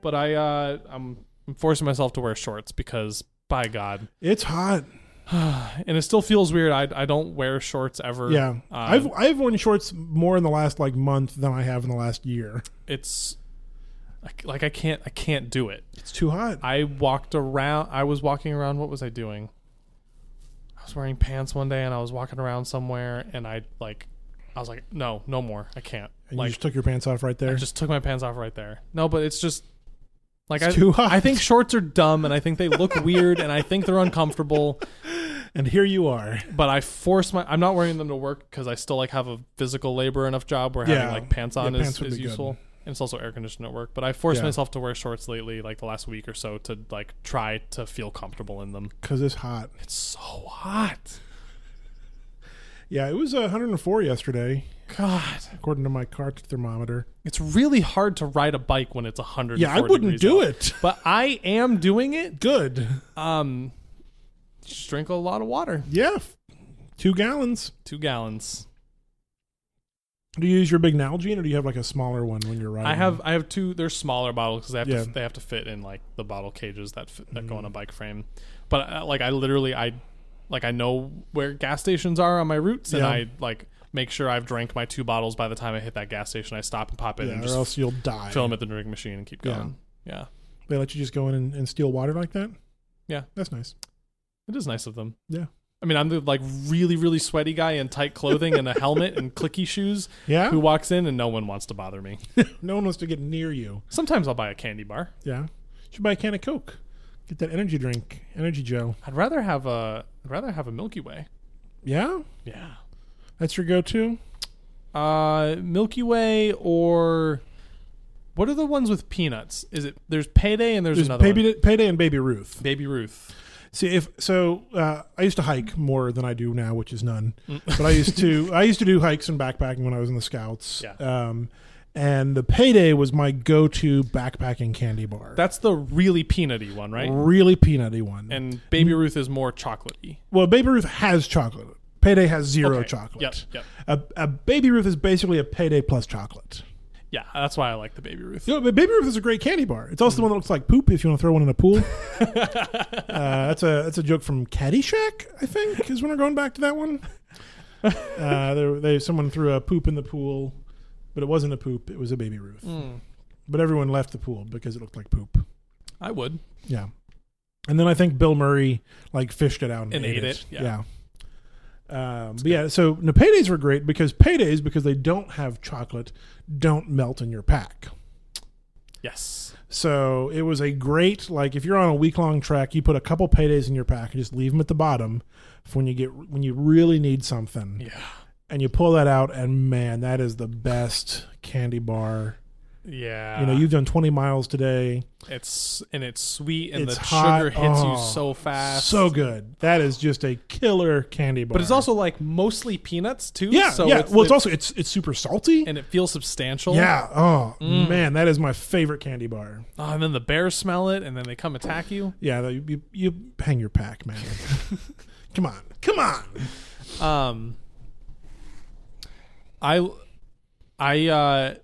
But I, uh, I'm I'm forcing myself to wear shorts because, by God, It's hot. and it still feels weird. I, I don't wear shorts ever. Yeah, uh, I've I've worn shorts more in the last like month than I have in the last year. it's I c- like I can't I can't do it. It's too hot. I walked around. I was walking around. What was I doing? I was wearing pants one day, and I was walking around somewhere, and I like, I was like, no, no more. I can't. and like, you just took your pants off right I there. just took my pants off right there. No, but it's just like It's I, too hot. I think shorts are dumb, and I think they look weird, and I think they're uncomfortable. and here you are. But I force my. I'm not wearing them to work because I still like have a physical labor enough job where Yeah. having like pants Yeah, on pants is, would is be good. useful. And it's also air conditioned at work, but I forced Yeah. myself to wear shorts lately, like the last week or so, to like try to feel comfortable in them. Cause it's hot. It's so hot. Yeah, it was uh, 104 yesterday God, according to my car thermometer. it's really hard to ride a bike when it's 100. Yeah, I wouldn't do it. but I am doing it. Good. Um, just drink a lot of water. Yeah, f- two gallons. Two gallons. Do you use your big Nalgene or do you have like a smaller one when you're riding? I have I have two. They're smaller bottles because they have Um, Yeah. Mm. to they have to fit in like the bottle cages that fit, that go on a bike frame. But uh, like I literally I like I know where gas stations are on my routes, and Yeah. I like make sure I've drank my two bottles by the time I hit that gas station. I stop and pop in Yeah, and or just else you'll die. fill them at the drink machine and keep Yeah. going. Yeah, They let you just go in and, and steal water like that. Yeah. that's nice. it is nice of them. Yeah. I mean, I'm the like really, really sweaty guy in tight clothing and a helmet and clicky shoes Yeah, who walks in and no one wants to bother me. no one wants to get near you. Sometimes I'll buy a candy bar. Yeah, should buy a can of Coke. Get that energy drink, Energy Joe. I'd rather have a I'd rather have a Milky Way. Yeah, Yeah. that's your go-to. Uh Milky Way or what are the ones with peanuts? Is it there's Payday and there's, There's another Baby one. Payday and Baby Ruth. Baby Ruth. See if so, uh, I used to hike more than I do now, which is none. Mm. but I used to I used to do hikes and backpacking when I was in the Scouts. Yeah. Um, and the Payday was my go-to backpacking candy bar. That's the really peanutty one, right? really peanutty one. And Baby Ruth is more chocolatey. well, Baby Ruth has chocolate. Payday has zero Okay. chocolate. Yep, yep. A, a Baby Ruth is basically a Payday plus chocolate. Yeah, that's why I like the Baby Ruth. You know, but Baby Ruth is a great candy bar. It's also the one that looks like poop if you want to throw one in a pool. uh, that's a that's a joke from Caddyshack, I think, is when we're going back to that one. Uh, there, they someone threw a poop in the pool, but it wasn't a poop; it was a Baby Ruth. Hmm. But everyone left the pool because it looked like poop. I would. Yeah, and then I think Bill Murray like fished it out and, And ate, ate it. it, yeah. Um, but yeah, so no, paydays were great because paydays because they don't have chocolate, don't melt in your pack. Yes. So it was a great like if you're on a week long trek, you put a couple paydays in your pack and just leave them at the bottom for when you get when you really need something, Yeah. and you pull that out, and man, that is the best candy bar. Yeah. Uh, You know, you've done 20 miles today, it's and it's sweet and It's the hot. sugar hits Oh, you so fast. so good. That is just a killer candy bar. But it's also like mostly peanuts too. yeah, so yeah. It's, well, it's also it's it's super salty. and Mm. it feels substantial. yeah. Oh man, that is my favorite candy bar. Oh, and then the bears smell it, and then they come attack you. Yeah, you, you, you hang your pack, man. come on, come on. Um, I, I, uh,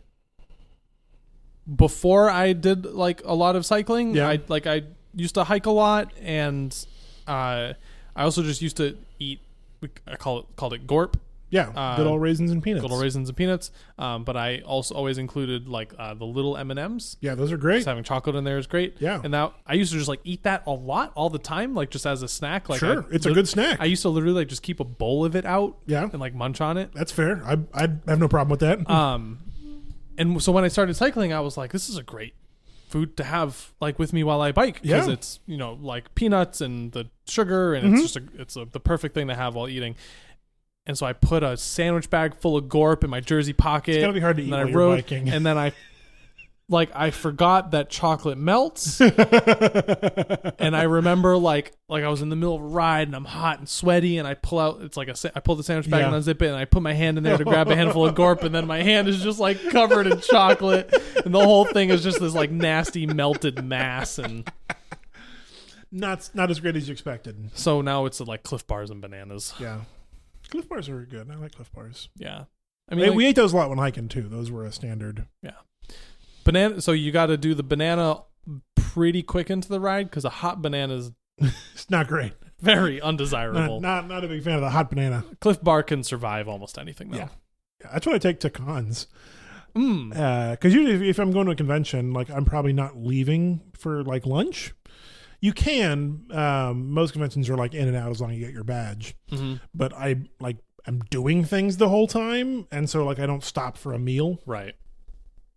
before I did like a lot of cycling, Yeah. I like I used to hike a lot, and uh, I also just used to eat. we- I call it called it gorp, Yeah, Uh, good old raisins and peanuts. little raisins and peanuts. Um, but I also always included like uh, the little M and M's. Yeah, those are great. Just having chocolate in there is great. Yeah. and that I used to just like eat that a lot all the time, like just as a snack. Like sure, I it's a lit- good snack. I used to literally like just keep a bowl of it out yeah, and like munch on it. that's fair. I I have no problem with that. Um, and so when I started cycling, I was like, this is a great food to have like with me while I bike because Yeah. Mm-hmm. it's you know like peanuts and the sugar and it's just a, it's a, the perfect thing to have while eating. And so I put a sandwich bag full of gorp in my jersey pocket. gotta be hard to and eat then I while you're rode, biking. And then I like I forgot that chocolate melts. and I remember like like I was in the middle of a ride and I'm hot and sweaty and I pull out it's like a sa- I pull the sandwich bag Yeah. and unzip it and I put my hand in there to grab a handful of gorp and then my hand is just like covered in chocolate and the whole thing is just this like nasty melted mass and Not not as great as you expected. So now it's like Cliff Bars and bananas. Yeah, Cliff Bars are good. I like Cliff Bars. Yeah, I I mean, mean, like, we ate those a lot when hiking too. Those were a standard. banana. So you got to do the banana pretty quick into the ride because a hot banana is It's not great. very Not, undesirable. not not a big fan of the hot banana. Cliff Bar can survive almost anything though. Yeah. Yeah, that's what I take to cons. Mm. Because Uh, usually, if, if I'm going to a convention, like I'm probably not leaving for like lunch. You can. Um, most conventions are like in and out as long as you get your badge. Mhm. But I like I'm doing things the whole time, and so like I don't stop for a meal. Right.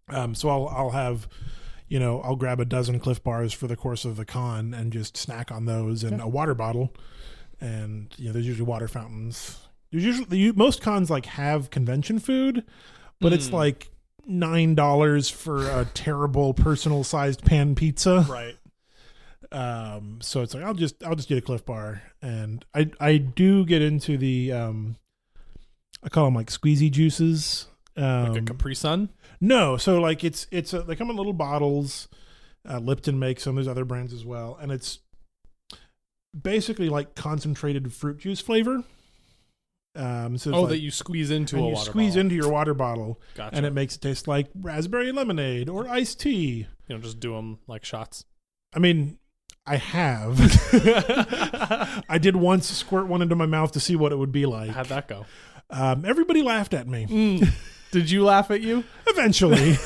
Um, so I'll I'll have, you know, I'll grab a dozen Cliff Bars for the course of the con and just snack on those and a water bottle, and you know, there's usually water fountains. There's usually you, most cons like have convention food, but it's Hmm. like nine dollars for a terrible personal sized pan pizza. Right. Um, so it's like I'll just I'll just get a Cliff Bar, and I I do get into the um, I call them like squeezy juices. Um, Like a Capri Sun. no, so like it's it's a, they come in little bottles. Uh, Lipton makes them. There's other brands as well, and it's basically like concentrated fruit juice flavor. Um, so it's Oh, like, that you squeeze into and a you water squeeze bottle. into your water bottle, Gotcha. and it makes it taste like raspberry lemonade or iced tea. you know, just do them like shots. I mean, I have. I did once squirt one into my mouth to see what it would be like. How'd that go? Um, everybody laughed at me. Did you laugh at you? Eventually.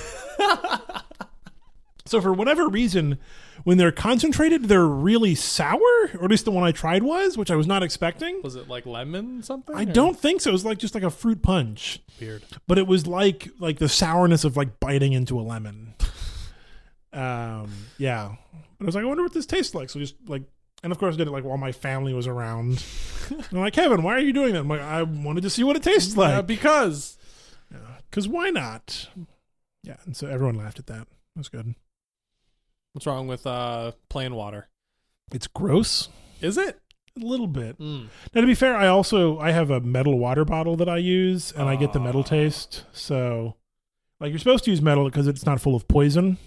so for whatever reason, when they're concentrated, they're really sour, or at least the one I tried was, which I was not expecting. Was it like lemon something? I or- don't think so. It was like just like a fruit punch, Weird. but it was like like the sourness of like biting into a lemon. Um, yeah. But I was like, I wonder what this tastes like. So just like, and of course, I did it like while my family was around. And I'm like, Kevin, why are you doing that? I'm like, I wanted to see what it tastes Uh, like. because Because why not? Yeah, and so everyone laughed at that. That's good. what's wrong with uh plain water? It's gross. Is it? A little bit. Mm. Now to be fair, I also I have a metal water bottle that I use and I get the metal Ah. taste. So like you're supposed to use metal because it's not full of poison.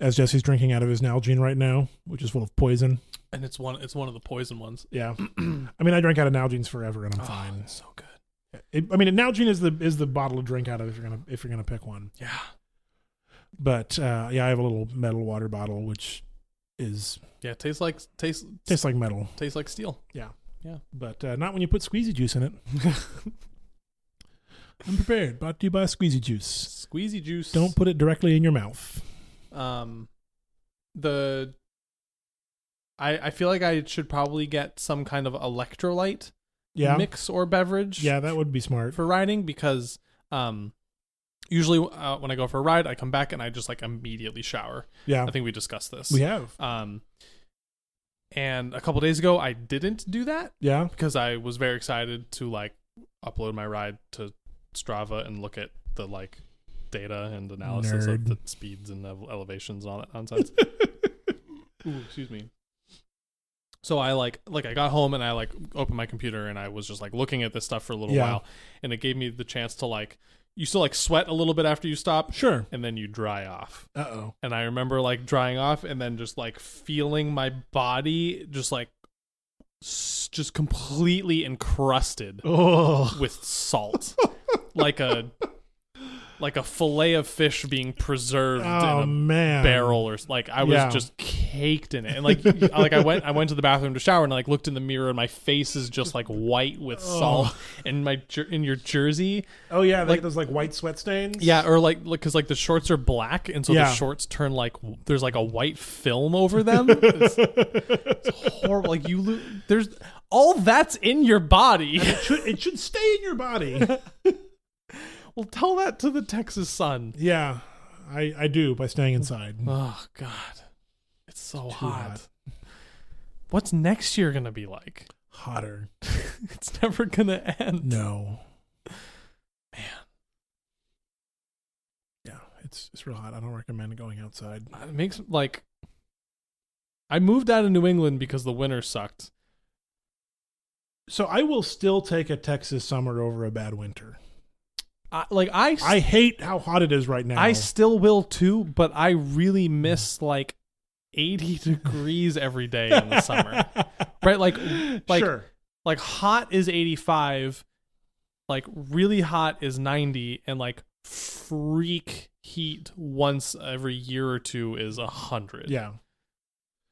As Jesse's drinking out of his Nalgene right now, which is full of poison. And it's one. It's one of the poison ones. Yeah. I mean, I drank out of Nalgene's forever and I'm Oh, fine. so good. It, I mean, Nalgene is the is the bottle to drink out of if you're going to if you're going to pick one. Yeah. But uh, yeah, I have a little metal water bottle which is Yeah. Tastes like tastes tastes like metal. tastes like steel. but uh, not when you put squeezy juice in it. I'm prepared. Brought to you by Squeezy Juice. Squeezy juice. Don't put it directly in your mouth. um the I I feel like I should probably get some kind of electrolyte Yeah, mix or beverage. yeah, that would be smart. for riding because um usually uh, when I go for a ride, I come back and I just like immediately shower. Yeah, I think we discussed this. we have. Um, and a couple days ago, I didn't do that Yeah, because I was very excited to like upload my ride to Strava and look at the like data and analysis of Nerd. the speeds and ele- elevations and all that nonsense. Ooh, excuse me. So I like like I got home and I like opened my computer and I was just like looking at this stuff for a little Yeah. while and it gave me the chance to like you still like sweat a little bit after you stop sure. and then you dry off. Uh oh. And I remember like drying off and then just like feeling my body just like s- just completely encrusted Oh, with salt. like a like a fillet of fish being preserved in a Oh, man. barrel or s- like I was Yeah. just caked in it, and like y- like I went I went to the bathroom to shower and like looked in the mirror and my face is just like white with salt and my jer- in your jersey Oh yeah, they Like- get those like white sweat stains. yeah or like because like the shorts are black and so the Yeah. shorts turn like w- there's like a white film over them it's, it's horrible like you lo- there's all that's in your body it should it should stay in your body. well tell that to the Texas sun yeah, I I do by staying inside. oh god it's so hot. hot. what's next year gonna be like Hotter. it's never gonna end No. Man. Yeah, it's it's real hot. I don't recommend going outside. it makes like I moved out of New England because the winter sucked. So I will still take a Texas summer over a bad winter. I, like I, I I, hate how hot it is right now. still will too, but I really miss like 80 degrees every day in the summer. Right? Like like sure. like hot is 85, like really hot is 90 and like freak heat once every year or two is 100. Yeah.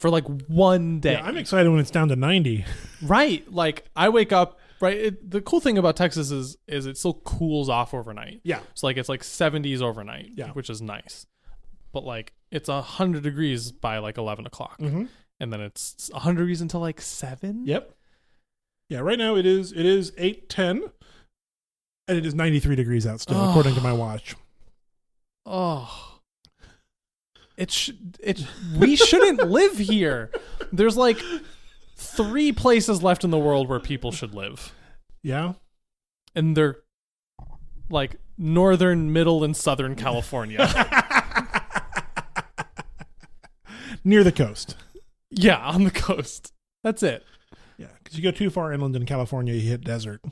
For like one day. Yeah, I'm excited when it's down to 90. right. Like I wake up Right. It, the cool thing about Texas is is it still cools off overnight. Yeah. So like it's like 70s overnight, Yeah. which is nice. But like it's 100 degrees by like 11 o'clock. Mm-hmm. And then it's 100 degrees until like 7. Yep. Yeah, right now it is it is 8:10 and it is 93 degrees out still Oh. according to my watch. Oh. It sh- it we shouldn't live here. There's like three places left in the world where people should live. Yeah. And they're like northern, middle and southern California. Near the coast. yeah, on the coast. That's it. Yeah, cuz you go too far inland in California, you hit desert.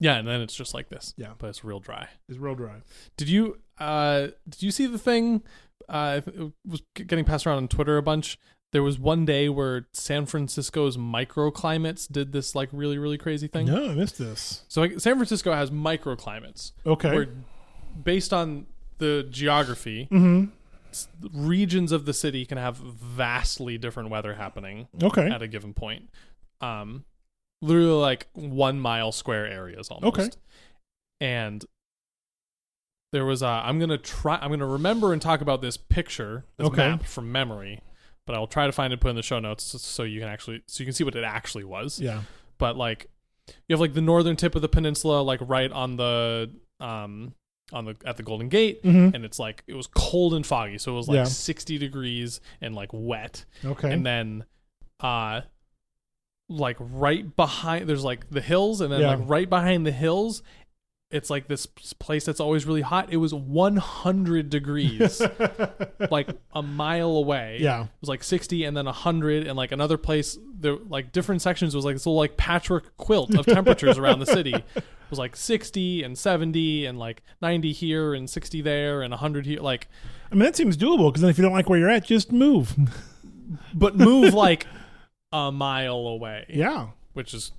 Yeah, and then it's just like this. Yeah. But it's real dry. It's real dry. Did you uh did you see the thing uh it was getting passed around on Twitter a bunch? There was one day where San Francisco's microclimates did this like really really crazy thing. No, I missed this. So like, San Francisco has microclimates Okay. where based on the geography, mhm. s- regions of the city can have vastly different weather happening Okay. at a given point. Um, literally like one mile square areas almost. Okay. And there was a, I'm gonna try. I'm gonna remember and talk about this picture, this Okay. map from memory, but I'll try to find it, put it in the show notes, so, so you can actually, so you can see what it actually was. Yeah. But like, you have like the northern tip of the peninsula, like right on the, um, on the at the Golden Gate. Mhm. And it's like it was cold and foggy, so it was like Yeah. 60 degrees and like wet Mm-hmm. Okay. and then uh like right behind there's like the hills and then Yeah. like right behind the hills it's like this p- place that's always really hot it was 100 degrees like a mile away yeah. it was like 60 and then 100 and like another place there like different sections was like this little like patchwork quilt of temperatures around the city it was like 60 and 70 and like 90 here and 60 there and 100 here like I mean, that seems doable because then if you don't like where you're at, just move. but move like a mile away yeah. which is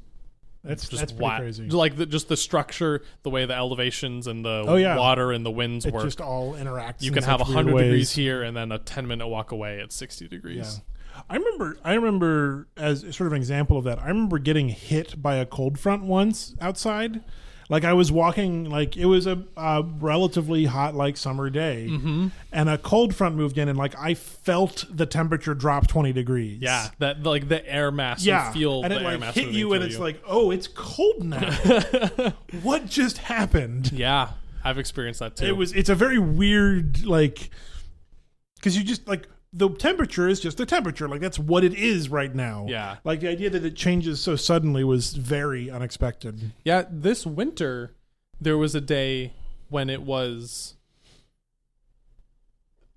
That's just that's pretty wild. crazy. Like the, just the structure, the way the elevations and the Oh, yeah. water and the winds it work. just all interacts. you in can have such weird 100 degrees ways. here and then a 10 minute walk away at 60 degrees. Yeah. I remember I remember as sort of an example of that. I remember getting hit by a cold front once outside. Like I was walking like it was a, a relatively hot like summer day Mm-hmm. and a cold front moved in and like I felt the temperature drop 20 degrees. Yeah. That like the air mass. Yeah. You feel and the it air like mass hit moving you and through it's like, "Oh, it's cold now." what just happened? yeah, I've experienced that too. It was. It's a very weird like because you just like the temperature is just the temperature. Like that's what it is right now. Yeah. Like the idea that it changes so suddenly was very unexpected. yeah. This winter, there was a day when it was,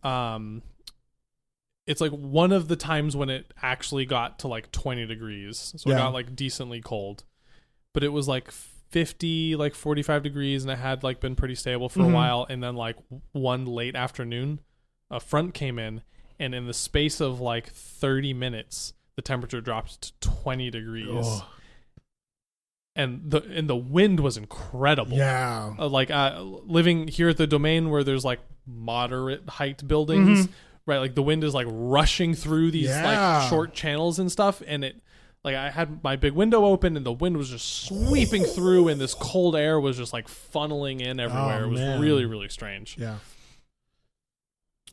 um, it's like one of the times when it actually got to like 20 degrees. So it Yeah. got like decently cold. But it was like 50, like 45 degrees and it had like been pretty stable for Mhm. a while and then like w- one late afternoon a front came in and in the space of like 30 minutes the temperature dropped to 20 degrees. Ugh. And the and the wind was incredible Yeah. uh, like uh, living here at the domain where there's like moderate height buildings, right? Like the wind is like rushing through these Mm-hmm. Yeah. like short channels and stuff, and it like I had my big window open and the wind was just sweeping through, and this cold air was just like funneling in everywhere. Oh, it was man. really really strange. Yeah.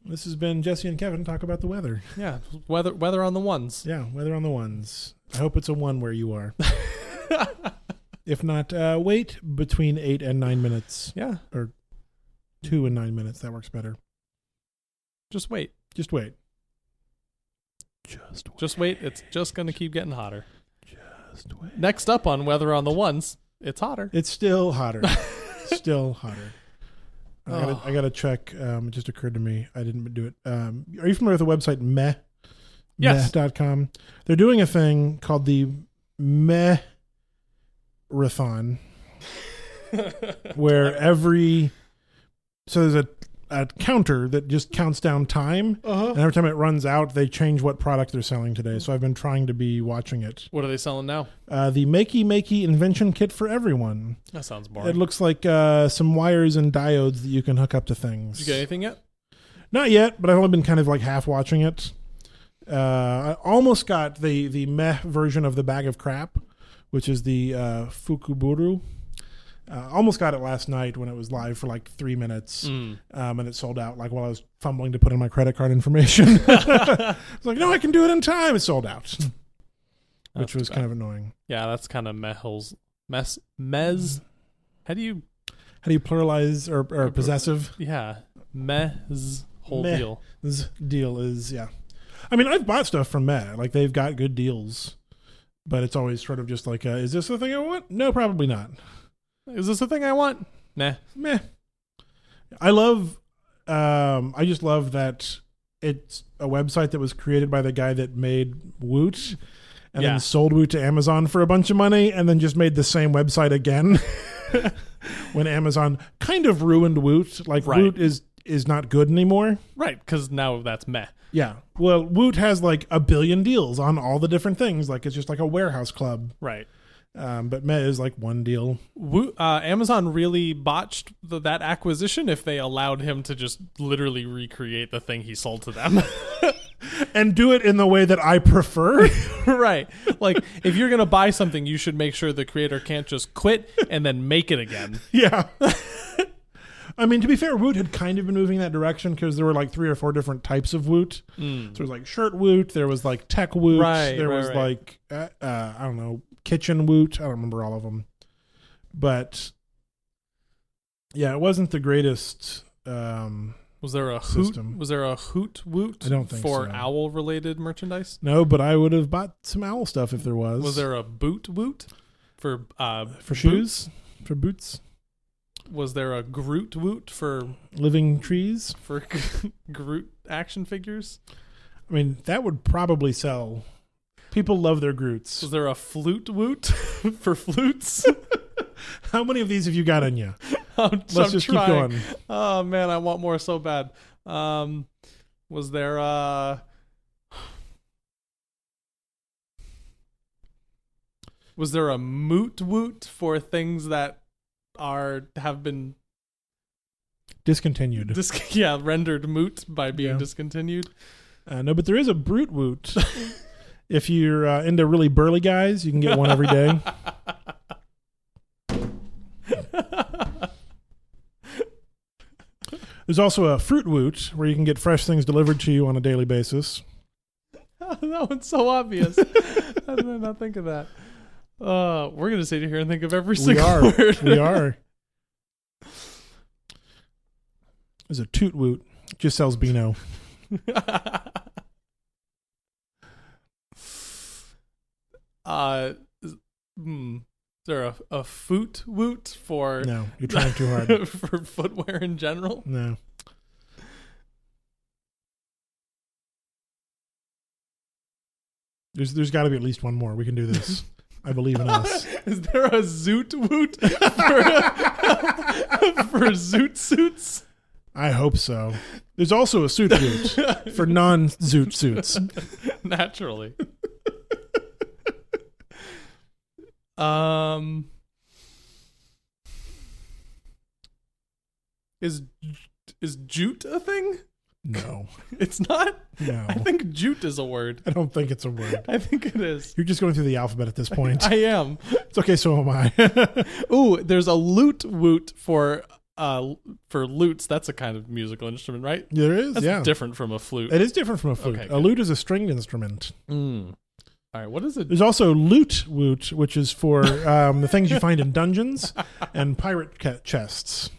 This has been Jesse and Kevin talk about the weather. Yeah, weather weather on the ones. Yeah, weather on the ones. I hope it's a one where you are. if not, uh, wait between eight and nine minutes. Yeah, Two and nine minutes. That works better. just wait, Just wait. Just just wait. It's just gonna keep getting hotter. Just wait. Next up on weather on the ones, it's hotter. It's still hotter. still hotter. I gotta, Oh. I gotta check. Um, it just occurred to me. I didn't do it. Um, are you familiar with the website meh? Yes. Meh.com. They're doing a thing called the meh rathon where every so there's a a counter that just counts down time, Uh-huh. and every time it runs out, they change what product they're selling today. So I've been trying to be watching it. What are they selling now? Uh, the Makey Makey invention kit for everyone. That sounds It boring. looks like uh, some wires and diodes that you can hook up to things. Did you get anything yet? Not yet, but I've only been kind of like half watching it. Uh, I almost got the the meh version of the bag of crap, which is the uh, Fukuburu. Uh, almost got it last night when it was live for like three minutes, Mm. um, and it sold out. Like while I was fumbling to put in my credit card information, I was like, "No, I can do it in time." It sold out, which That's was too kind of annoying. Yeah, that's kind of Mehl's mess. Mez. How do you? How do you pluralize or, or possessive? Yeah, Mez whole Meh. deal. This deal is yeah. I mean, I've bought stuff from Meh. Like they've got good deals, but it's always sort of just like, uh, is this the thing I want? No, probably not. Is this the thing I want? Nah. Meh. I love. Um, I just love that it's a website that was created by the guy that made Woot. And Yeah. then sold Woot to Amazon for a bunch of money, and then just made the same website again. when Amazon kind of ruined Woot, like Right. Woot is is not good anymore. Right, because now that's meh. Yeah. Well, Woot has like a billion deals on all the different things. Like it's just like a warehouse club. Right. Um, but Meh is like one deal. Wo- uh, Amazon really botched the, that acquisition if they allowed him to just literally recreate the thing he sold to them. And do it in the way that I prefer. right. Like, if you're going to buy something, you should make sure the creator can't just quit and then make it again. yeah. I mean, to be fair, Woot had kind of been moving that direction because there were like three or four different types of Woot. So there was like shirt Woot, there was like tech Woot, Hmm. Right, there right, was right. like, uh, uh, I don't know, kitchen Woot. I don't remember all of them. But yeah, it wasn't the greatest. Um, Was there a hoot? System. Was there a hoot woot I don't think for so. owl related merchandise? No, but I would have bought some owl stuff if there was. Was there a boot woot for uh, boot? for shoes? For boots? Was there a Groot woot for Living trees? for Groot action figures? I mean, that would probably sell. People love their Groots. Was there a flute woot for flutes? How many of these have you got on you? I'm, Let's I'm just trying. keep going. Oh man, I want more so bad. Um, was there uh was there a moot woot for things that are have been Discontinued. dis- yeah rendered moot by being Yeah. discontinued? Uh, no, but there is a Brute Woot. if you're uh, into really burly guys, you can get one every day. There's also a Fruit Woot where you can get fresh things delivered to you on a daily basis. that one's so obvious. How did I not think of that? Uh, we're gonna sit here and think of every we single are. word. we are. There's a Toot Woot. Just sells Beano. uh, is- hmm. Is there a, a foot woot for No, you're trying too hard. for footwear in general? No. There's there's got to be at least one more. We can do this. I believe in us. Is there a zoot woot for, for zoot suits? I hope so. There's also a suit boot for non zoot suits. Naturally. um Is is jute a thing? No, It's not. no, I think jute is a word. I don't think it's a word. I think it is. You're just going through the alphabet at this point. I am. It's okay. So am I. Ooh, there's a lute woot for uh for lutes. That's a kind of musical instrument, right? there is, That's yeah. different from a flute. It is different from a flute. Okay, a good. lute is a stringed instrument. Mm. All right, what is it? There's also loot woot, which is for um, the things you find in dungeons and pirate ca- chests.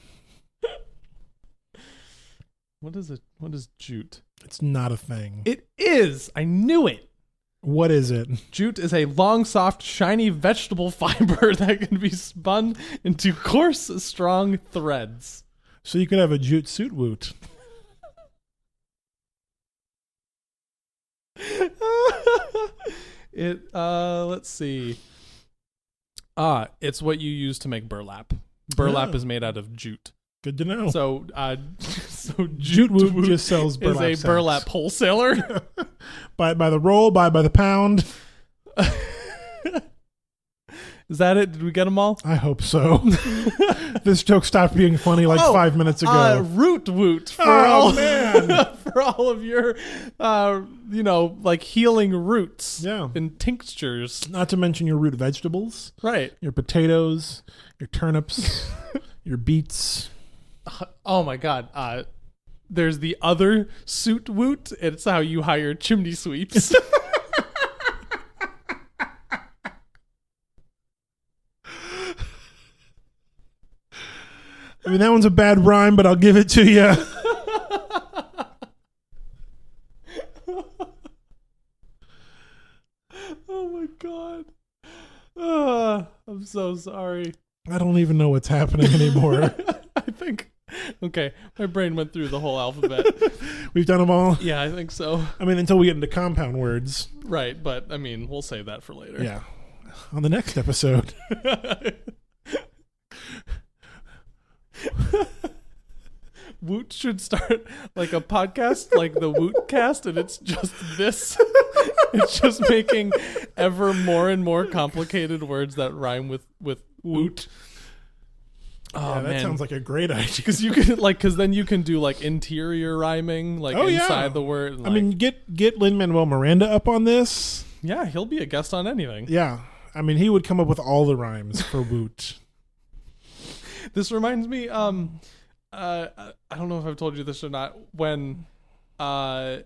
What is it? What is jute? It's not a thing. It is. I knew it. What is it? Jute is a long, soft, shiny vegetable fiber that can be spun into coarse, strong threads. So you could have a jute suit woot. it uh let's see. Ah, it's what you use to make burlap. Burlap Oh. is made out of jute. Good to know. So, uh, so Oh. Jute Jute Woot just sells is burlap a sacks. burlap wholesaler. Buy it by the roll, buy it by the pound. is that it? Did we get them all? I hope so. this joke stopped being funny like Oh, five minutes ago. Uh, root woot for oh all man! for all of your, uh, you know, like healing roots yeah. and tinctures. Not to mention your root vegetables, Right. your potatoes, your turnips, your beets. Oh my god. Uh there's the other suit woot. It's how you hire chimney sweeps. I mean, that one's a bad rhyme, but I'll give it to you. oh my god. Ah, I'm so sorry. I don't even know what's happening anymore. I think okay, my brain went through the whole alphabet. We've done them all. yeah, I think so. I mean, until we get into compound words. Right, but I mean, we'll save that for later. Yeah. On the next episode. Woot should start like a podcast, like the Woot cast, and it's just this. it's just making ever more and more complicated words that rhyme with with woot. Oh yeah, that man. sounds like a great idea. because you can like, because then you can do like interior rhyming, like Oh, yeah. inside the word. And, I mean, like- get get Lin Manuel Miranda up on this. yeah, he'll be a guest on anything. Yeah, I mean, he would come up with all the rhymes for Woot. this reminds me um uh I- i don't know if i've told you this or not when uh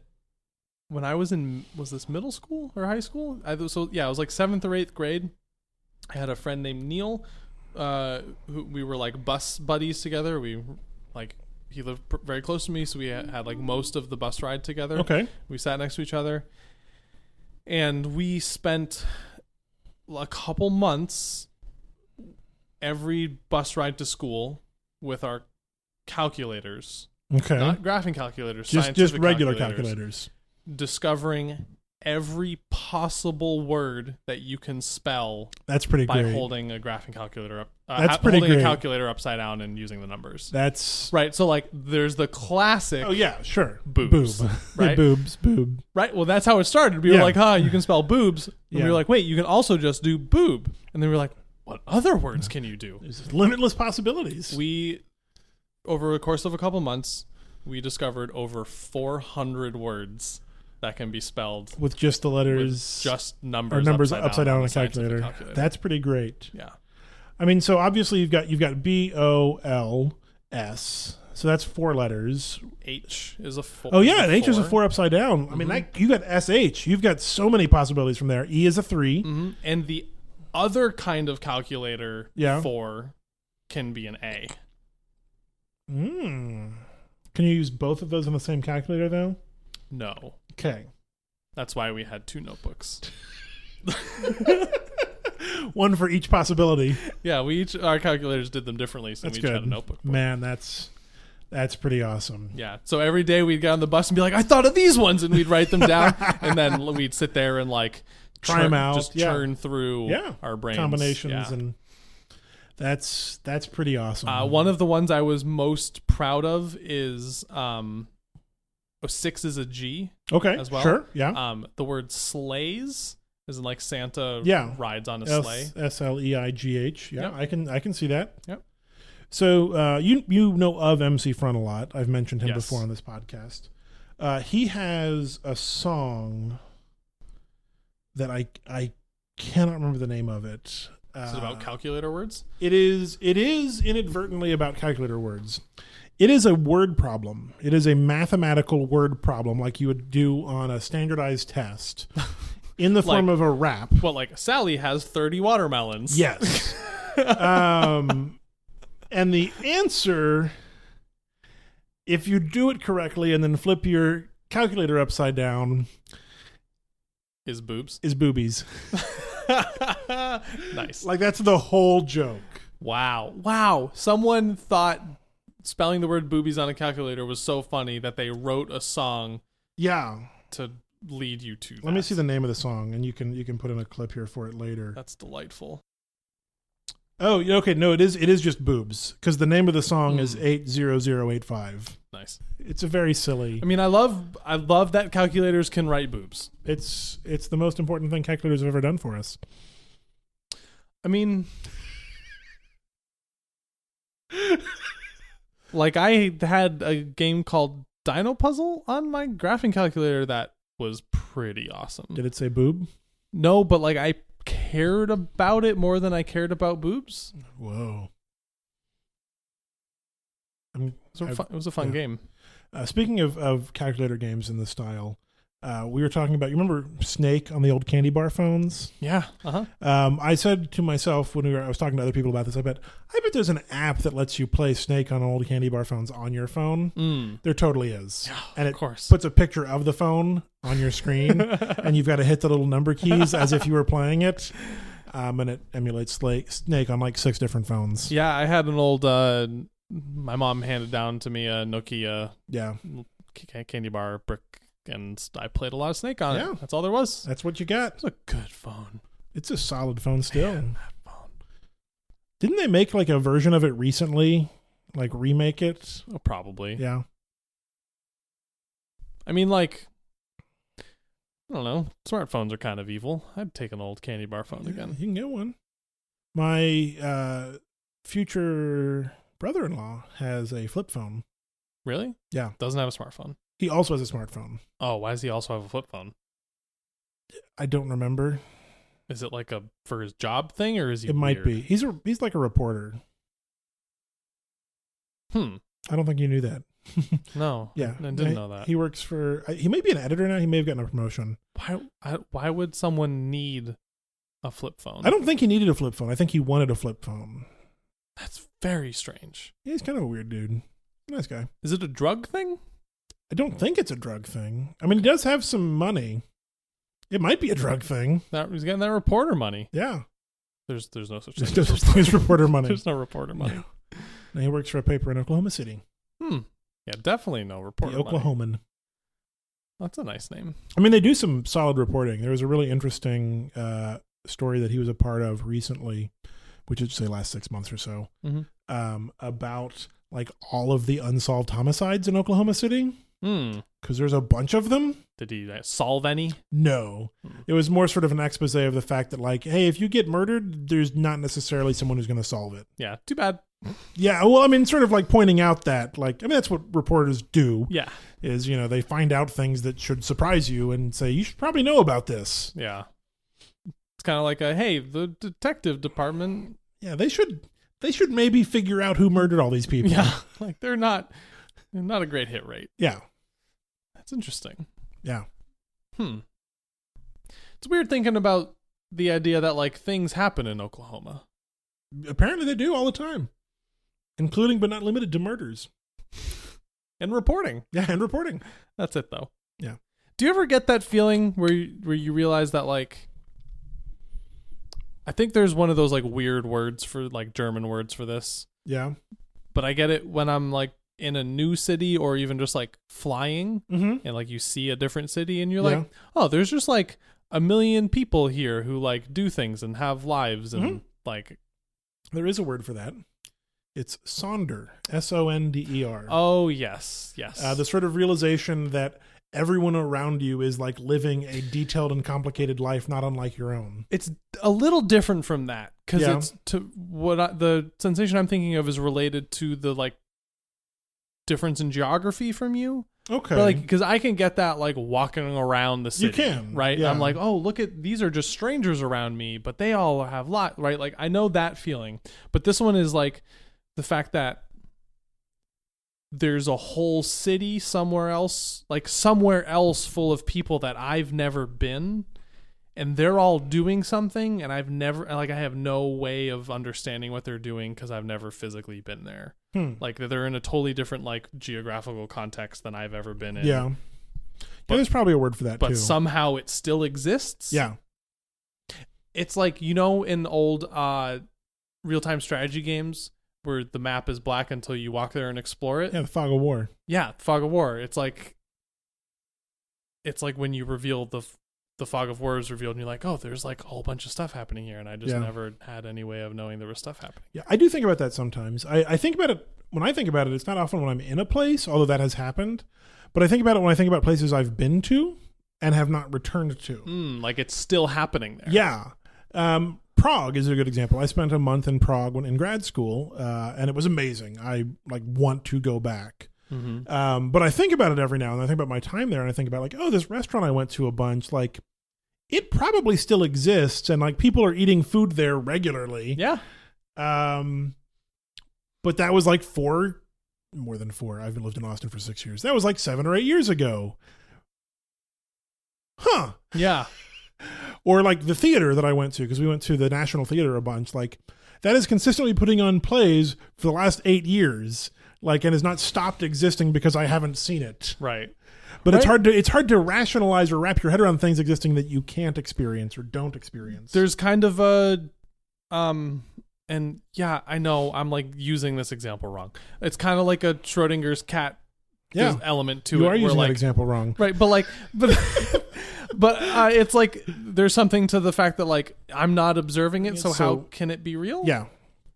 when i was in was this middle school or high school i was- so yeah i was like seventh or eighth grade i had a friend named neil uh who we were like bus buddies together we like he lived pr- very close to me so we had, had like most of the bus ride together Okay. we sat next to each other and we spent a couple months every bus ride to school with our calculators Okay. not graphing calculators just scientific just regular calculators, calculators. discovering every possible word that you can spell That's pretty by great. holding a graphing calculator up uh, That's ha- pretty holding great. a calculator upside down and using the numbers That's right so like there's the classic oh yeah, sure. Boobs, Boob. right? boobs. Boob. Right. Well, that's how it started. We Yeah. were like, huh, you can spell boobs. And Yeah. we were like, wait, you can also just do boob. And then we were like, what other words can you do? There's limitless possibilities. We, over the course of a couple months, we discovered over 400 words that can be spelled with just the with letters just numbers or numbers upside, down, on on a the scientific calculator. That's pretty great. yeah. I mean, so obviously you've got you've got B O L S. So that's four letters. H is a four. Oh yeah, and H is a four upside down. I mean, that, you got S H. You've got so many possibilities from there. E is a 3 Mhm. And the other kind of calculator Yeah. for can be an A. Mm. Can you use both of those on the same calculator though? No. Okay. That's why we had two notebooks. One for each possibility. Yeah, we each our calculators did them differently, so That's we each had a good. notebook. Man, that's that's pretty awesome. Yeah, so every day we'd get on the bus and be like, "I thought of these ones," and we'd write them down, and then l- we'd sit there and like Try 'em out, just yeah. churn through Yeah. our brains Combinations Yeah. and that's that's pretty awesome. uh, one of the ones I was most proud of is um, oh, six is a G. okay, as well. sure, yeah. Um, the word slays is in like Santa Yeah. rides on a sleigh. S S L E I G H. Yeah, Yep. I can I can see that. Yep. So uh, you you know of MC Front a lot. I've mentioned him Yes. before on this podcast. Uh, he has a song that I I cannot remember the name of it. Uh, Is it about calculator words? it is it is inadvertently about calculator words. It is a word problem. It is a mathematical word problem, like you would do on a standardized test, in the form of a rap. Well, like Sally has thirty watermelons. Yes. um, and the answer, if you do it correctly and then flip your calculator upside down, is boobs. is boobies. nice. Like that's the whole joke. Wow. Wow. Someone thought spelling the word boobies on a calculator was so funny that they wrote a song Yeah. to lead you to that. Let me see the name of the song, and you can you can put in a clip here for it later. That's delightful. Oh, yeah, okay. No, it is. It is just boobs because the name of the song is eight zero zero eight five. Nice. It's a very silly. I mean, I love I love that calculators can write boobs. It's it's the most important thing calculators have ever done for us. I mean, like I had a game called Dino Puzzle on my graphing calculator that was pretty awesome. Did it say boob? No, but like I cared about it more than I cared about boobs. Whoa. I'm, So I've- fu- it was a fun yeah. game. uh, speaking of, of calculator games in this style, uh, we were talking about. You remember Snake on the old candy bar phones? Yeah. Uh huh. Um, I said to myself when we were, I was talking to other people about this. I bet, I bet there's an app that lets you play Snake on old candy bar phones on your phone. Mm. There totally is, and of it course. puts a picture of the phone on your screen, and you've got to hit the little number keys as if you were playing it. Um, and it emulates Slake, Snake on like six different phones. Yeah, yeah, I had an old. Uh, my mom handed down to me a Nokia ca- candy bar brick, and I played a lot of Snake on Yeah. it. That's all there was. that's what you got. It's a good phone. It's a solid phone still. Man, that phone. Didn't they make like a version of it recently? Like remake it? Oh, probably. Yeah. I mean, like, I don't know. Smartphones are kind of evil. I'd take an old candy bar phone again. You can get one. My uh, future brother in law has a flip phone. Really? Yeah. Doesn't have a smartphone. He also has a smartphone. Oh, why does he also have a flip phone? I don't remember. Is it like a for his job thing, or is he? It might weird? be. He's a he's like a reporter. Hmm. I don't think you knew that. No. Yeah, I didn't know that. He works for. I- He may be an editor now. He may have gotten a promotion. why? I, why would someone need a flip phone? I don't think he needed a flip phone. I think he wanted a flip phone. That's very strange. Yeah, he's kind of a weird dude. Nice guy. Is it a drug thing? I don't think it's a drug thing. I mean, he does have some money. It might be a drug thing. That he's getting that reporter money. Yeah, There's there's no such thing. as just reporter- his reporter money. There's no reporter money. And he works for a paper in Oklahoma City, Hmm. Yeah, definitely no reporter the Oklahoman. money. That's a nice name. I mean, they do some solid reporting. There was a really interesting uh, story that he was a part of recently, which is say last six months or so, Mhm. um, about like all of the unsolved homicides in Oklahoma City Hmm. because there's a bunch of them. Did he uh, solve any? No, Hmm. it was more sort of an expose of the fact that like, hey, if you get murdered, there's not necessarily someone who's going to solve it. Yeah. Too bad. Yeah, well, I mean, sort of like pointing out that like, I mean, that's what reporters do. Yeah. is you know they find out things that should surprise you and say you should probably know about this Yeah. It's kind of like a hey, the detective department. yeah they should they should maybe figure out who murdered all these people Yeah. like they're not they're not a great hit rate. yeah That's interesting. yeah Hmm. It's weird thinking about the idea that like things happen in Oklahoma. apparently they do all the time including but not limited to murders And reporting. yeah and reporting That's it though. Yeah. Do you ever get that feeling where you, where you realize that like I think there's one of those like weird words for like German words for this, yeah but I get it when I'm like in a new city or even just like flying mm-hmm and like you see a different city and you're Yeah. like, "Oh, there's just like a million people here who like do things and have lives and Mhm. like there is a word for that it's sonder s-o-n-d-e-r oh yes, yes. E uh, the sort of realization that everyone around you is like living a detailed and complicated life not unlike your own it's a little different from that because Yeah. it's to what I, the sensation I'm thinking of is related to the like difference in geography from you. okay But, like because I can get that like walking around the city, You can, right? yeah. I'm like, oh, look at these are just strangers around me, but they all have lot, right? Like I know that feeling, but this one is like the fact that there's a whole city somewhere else, like somewhere else full of people that I've never been and they're all doing something and I've never like I have no way of understanding what they're doing cuz I've never physically been there. Hmm. Like they're in a totally different like geographical context than I've ever been in. yeah But- yeah, there's probably a word for that But too. somehow it still exists. Yeah. It's like you know in old uh real-time strategy games where the map is black until you walk there and explore it. Yeah, the fog of war. yeah fog of war it's like it's like when you reveal the f- the fog of words revealed, and you're like, oh, there's like a whole bunch of stuff happening here, and I just Yeah. never had any way of knowing there was stuff happening. Yeah, I do think about that sometimes. I, I think about it when I think about it. It's not often when I'm in a place, although that has happened. But I think about it when I think about places I've been to and have not returned to. Mm, like it's still happening there. Yeah. Um, Prague is a good example. I spent a month in Prague when in grad school, uh, and it was amazing. I like want to go back. Mhm. Um, but I think about it every now and then. I think about my time there, and I think about like, oh, this restaurant I went to a bunch, like it probably still exists, and like people are eating food there regularly. Yeah. Um, but that was like four, more than four. I've lived in Austin for six years. That was like seven or eight years ago. Huh Yeah. or like the theater that I went to because we went to the National Theater a bunch. Like that is consistently putting on plays for the last eight years. Like and has not stopped existing because I haven't seen it. Right. But it's Right. hard to it's hard to rationalize or wrap your head around things existing that you can't experience or don't experience. there's kind of a um and yeah i know i'm like using this example wrong it's kind of like a schrodinger's cat yeah, there's element to you it are where using that like example wrong. right but like but but uh, it's like there's something to the fact that like i'm not observing it so, how So- can it be real Yeah.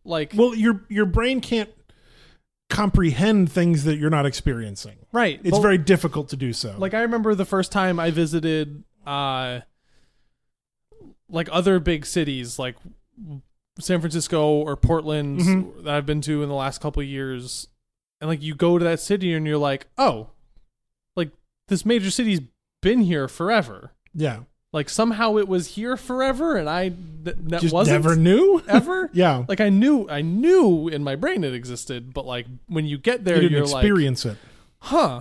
like Well, your your brain can't comprehend things that you're not experiencing. right It's but- very difficult to do so. like i remember the first time i visited uh like other big cities like san francisco or portland Mhm. that i've been to in the last couple of years and like you go to that city and you're like oh like this major city's been here forever yeah, like somehow it was here forever and i th- that just wasn't never knew. ever yeah, like i knew i knew in my brain it existed but like when you get there you you didn't are like experience it. huh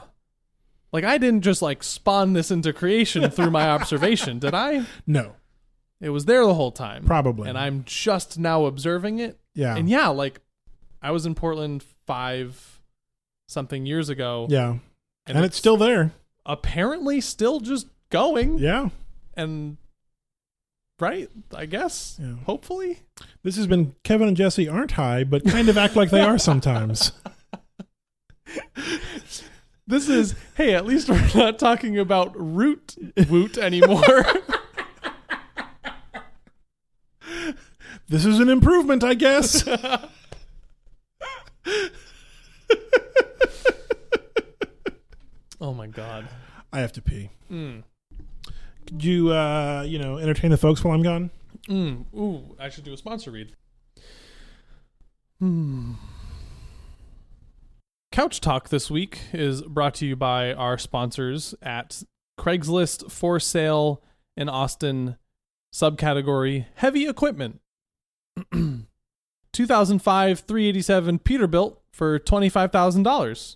like i didn't just like spawn this into creation through my observation did i No, it was there the whole time probably. and i'm just now observing it yeah, and yeah like i was in portland five something years ago Yeah. And, it's, still there. apparently still just going Yeah. and right i guess Yeah. hopefully This has been Kevin and Jesse aren't high, but kind of act like they are sometimes. this is hey at least we're not talking about root woot anymore This is an improvement, I guess. oh my god I have to pee. Mm. Could you, uh, you know, entertain the folks while I'm gone? Mm. Ooh, I should do a sponsor read. Hmm. Couch Talk this week is brought to you by our sponsors at Craigslist for sale in Austin subcategory heavy equipment. 2005 387 Peterbilt for $25,000.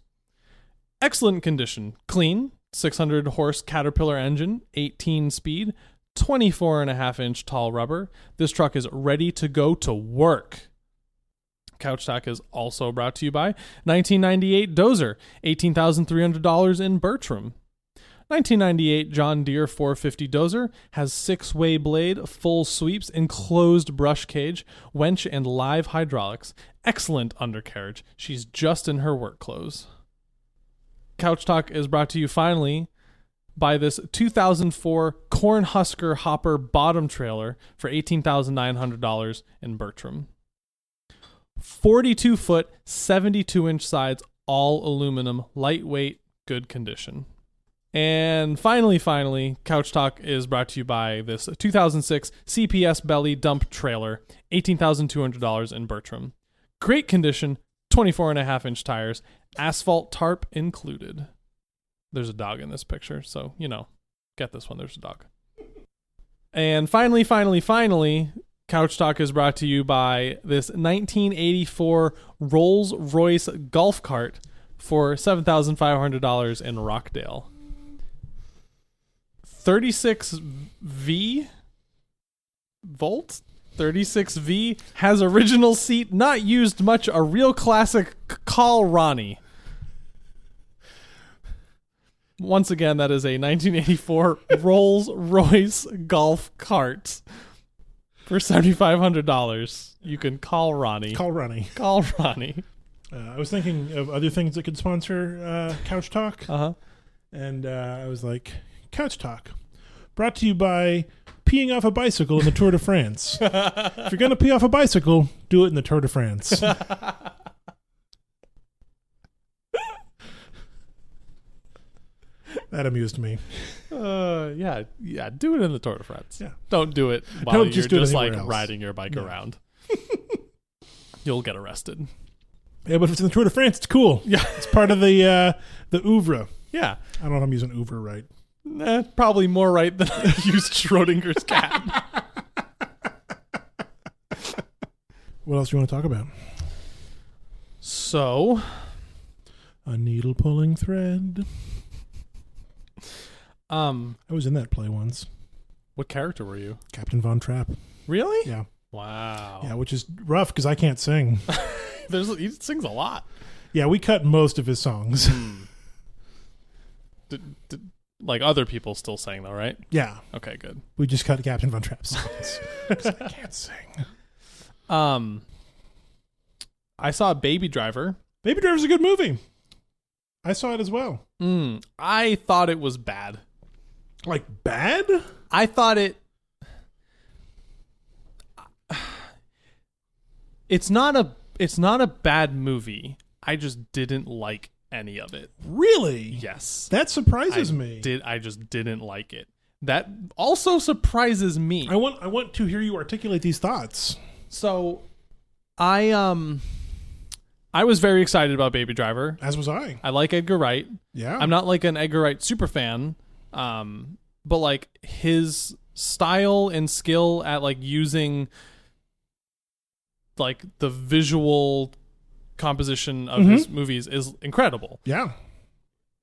Excellent condition. Clean, 600 horse Caterpillar engine, 18 speed, 24 and a half inch tall rubber. This truck is ready to go to work. Couch Talk is also brought to you by 1998 Dozer, $18,300 in Bertram. 1998 John Deere 450 Dozer has six way blade, full sweeps, enclosed brush cage, wench, and live hydraulics. Excellent undercarriage. She's just in her work clothes. Couch Talk is brought to you finally by this 2004 Cornhusker Hopper bottom trailer for $18,900 in Bertram. 42 foot, 72 inch sides, all aluminum, lightweight, good condition. And finally, finally, Couch Talk is brought to you by this 2006 CPS Belly Dump Trailer, $18,200 in Bertram. Great condition, 24 and a half inch tires, asphalt tarp included. There's a dog in this picture, so you know, get this one. There's a dog. And finally, finally, finally, Couch Talk is brought to you by this 1984 Rolls Royce golf cart for $7,500 in Rockdale. 36V Volt? 36V has original seat, not used much, a real classic. C- Call Ronnie. Once again, that is a 1984 Rolls Royce golf cart for $7,500. You can call Ronnie. Call Ronnie. Call Ronnie. Uh, I was thinking of other things that could sponsor uh, Couch Talk, Uh huh. and uh, I was like, Couch Talk. Brought to you by peeing off a bicycle in the Tour de France. if you're gonna pee off a bicycle, do it in the Tour de France. that amused me. Uh, yeah, yeah. Do it in the Tour de France. Yeah. Don't do it while Don't you're just, just do it anywhere like else. riding your bike Yeah. around. You'll get arrested. Yeah, but if it's in the Tour de France, it's cool. Yeah, It's part of the uh, the oeuvre. yeah. I don't know if I'm using oeuvre right. Nah, probably more right than I used Schrodinger's cat. What else do you want to talk about? so, A needle pulling thread. um, I was in that play once. what character were you? Captain Von Trapp. Really? Yeah. Wow. Yeah, which is rough because I can't sing. There's he sings a lot. yeah, we cut most of his songs. Hmm. Did, did, like other people still sang though, right? yeah, Okay, good. we just cut Captain Von Trapp's songs 'Cause I can't sing. Um, I saw Baby Driver. Baby Driver's a good movie. I saw it as well. Mm, I thought it was bad. Like bad? I thought it. It's not a. It's not a bad movie. I just didn't like any of it. Really? Yes, That surprises I me. Did I just didn't like it? That also surprises me. I want I want to hear you articulate these thoughts. So, I um, I was very excited about Baby Driver. As was I. I like Edgar Wright. Yeah. I'm not like an Edgar Wright super fan, um, but like his style and skill at like using like the visual composition of his movies is incredible. Yeah.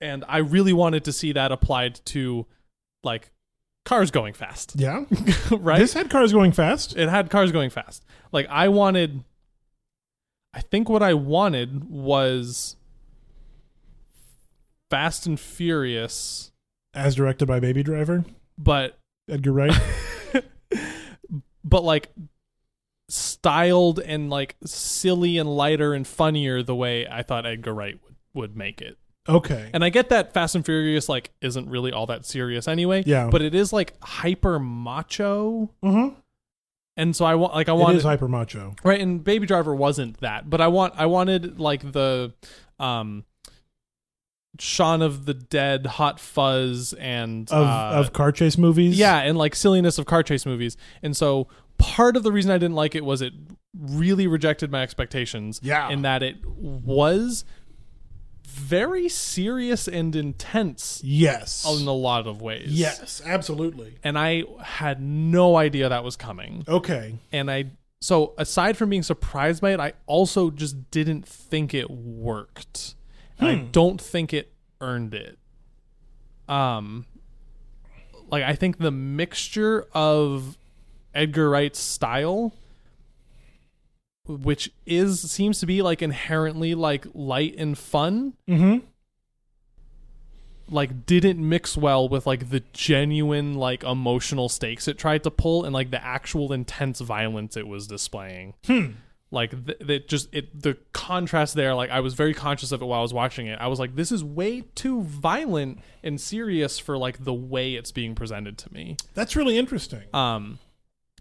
And I really wanted to see that applied to like cars going fast, Yeah. right? This had cars going fast. it had cars going fast. Like I wanted I think what I wanted was Fast and Furious, As directed by Baby Driver, but Edgar Wright. but like styled and like silly and lighter and funnier the way I thought Edgar Wright would, would make it. Okay. And I get that Fast and Furious like isn't really all that serious anyway. Yeah. But it is like hyper macho. Mhm. And so I want like I It wanted is hyper macho. right and Baby Driver wasn't that, but I want I wanted like the um Shaun of the Dead, Hot Fuzz, and Of uh, of car chase movies. yeah, and like silliness of car chase movies. And so part of the reason I didn't like it was it really rejected my expectations. Yeah. In that it was very serious and intense Yes. in a lot of ways. Yes, absolutely. And I had no idea that was coming. Okay. And I so aside from being surprised by it, I also just didn't think it worked. And I don't think it earned it. Um like I think the mixture of Edgar Wright's style which is seems to be like inherently like light and fun Mm-hmm. like didn't mix well with like the genuine like emotional stakes it tried to pull and like the actual intense violence it was displaying. Like th- that just it the contrast there like I was very conscious of it while I was watching it. I was like this is way too violent and serious for like the way it's being presented to me. That's really interesting. Um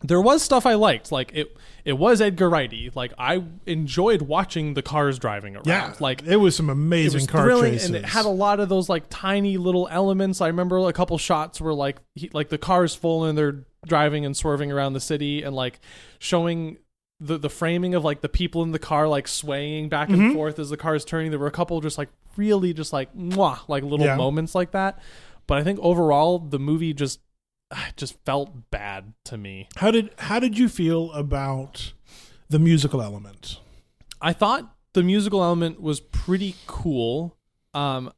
there was stuff I liked. Like it it was Edgar Wrighty. Like I enjoyed watching the cars driving around. yeah, Like it was some amazing it was car thrilling chases. and it had a lot of those like tiny little elements i remember a couple shots where like he, like the car is full and they're driving and swerving around the city and like showing the the framing of like the people in the car like swaying back Mm-hmm. and forth as the car is turning there were a couple just like really just like mwah, like little Yeah. moments like that but i think overall the movie just ah, it just felt bad to me how did how did you feel about the musical element? I thought the musical element was pretty cool. Um,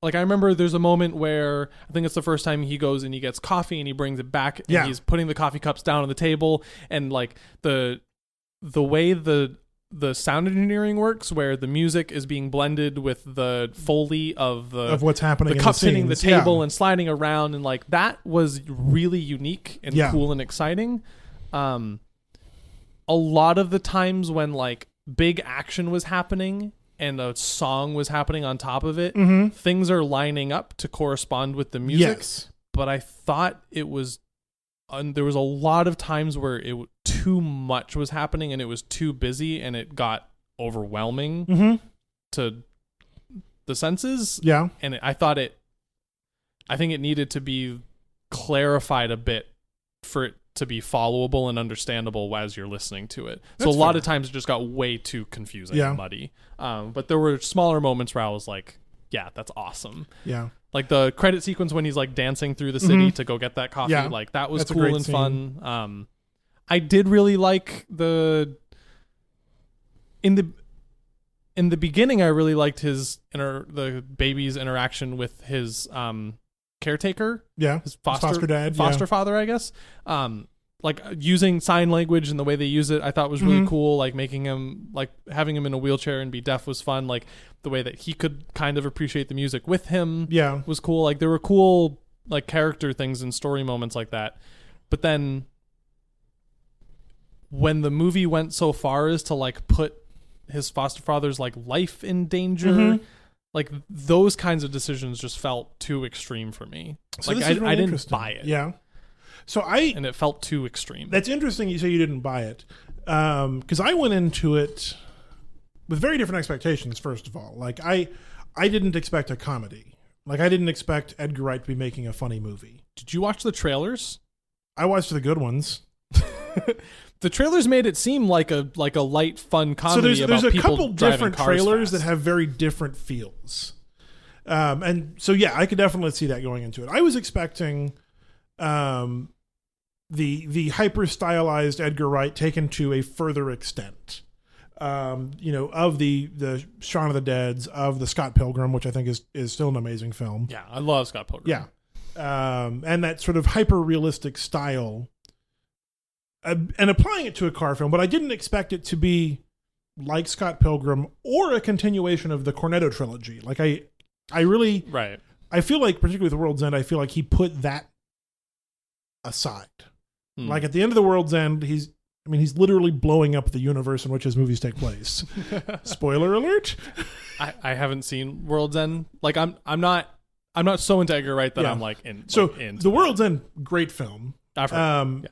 like I remember there's a moment where I think it's the first time he goes and he gets coffee and he brings it back and Yeah. he's putting the coffee cups down on the table and like the the way the the sound engineering works where the music is being blended with the foley of the Of what's happening the in the cups hitting the scenes, yeah. table and sliding around and like that was really unique and Yeah. cool and exciting. Um a lot of the times when like big action was happening and a Mm-hmm. song was happening on top of it, things are lining up to correspond with the music. Yes, but I thought it was. And there was a lot of times where it w- too much was happening and it was too busy and it got overwhelming Mm-hmm. to the senses. Yeah. And it, I thought it. I think it needed to be clarified a bit for it to be followable and understandable as you're listening to it. so a That's lot fair. of times it just got way too confusing Yeah. and muddy. Um, but there were smaller moments where I was like, "Yeah, that's awesome." Yeah. like the credit sequence when he's like dancing through the city Mhm. to go get that coffee Yeah. like that was That's a cool great and scene. fun um i did really like the in the in the beginning i really liked his inter the baby's interaction with his um caretaker Yeah. his foster, foster dad, yeah. foster father i guess um like using sign language and the way they use it i thought was really Mhm. cool like making him like having him in a wheelchair and be deaf was fun like the way that he could kind of appreciate the music with him Yeah. was cool. Like there were cool like character things and story moments like that. But then when the movie went so far as to like put his foster father's like life in danger, Mhm. like those kinds of decisions just felt too extreme for me. So like this I, is really I didn't interesting. buy it. Yeah. So I And it felt too extreme. That's interesting. You say you didn't buy it because I went into it with very different expectations. First of all, like I, I didn't expect a comedy. Like I didn't expect Edgar Wright to be making a funny movie. Did you watch the trailers? I watched the good ones. The trailers made it seem like a like a light, fun comedy. So there's about there's a people couple driving different cars trailers fast. that have very different feels, um, and so yeah, I could definitely see that going into it. I was expecting, um, the the hyper stylized Edgar Wright taken to a further extent. Um, you know, of the the Shaun of the Dead's, of the Scott Pilgrim, which I think is is still an amazing film. yeah, I love Scott Pilgrim. Yeah. Um, and that sort of hyper realistic style uh, and applying it to a car film, but I didn't expect it to be like Scott Pilgrim or a continuation of the Cornetto trilogy. Like I, I really, right. I feel like particularly with World's End, I feel like he put that aside. Mm. Like at the end of the World's End, he's, I mean, he's literally blowing up the universe in which his movies take place. Spoiler alert. I, I haven't seen World's End. Like I'm I'm not I'm not so into Edgar Wright that Yeah. I'm like in So like, into the it. World's End, great film. I've heard- um, Yeah.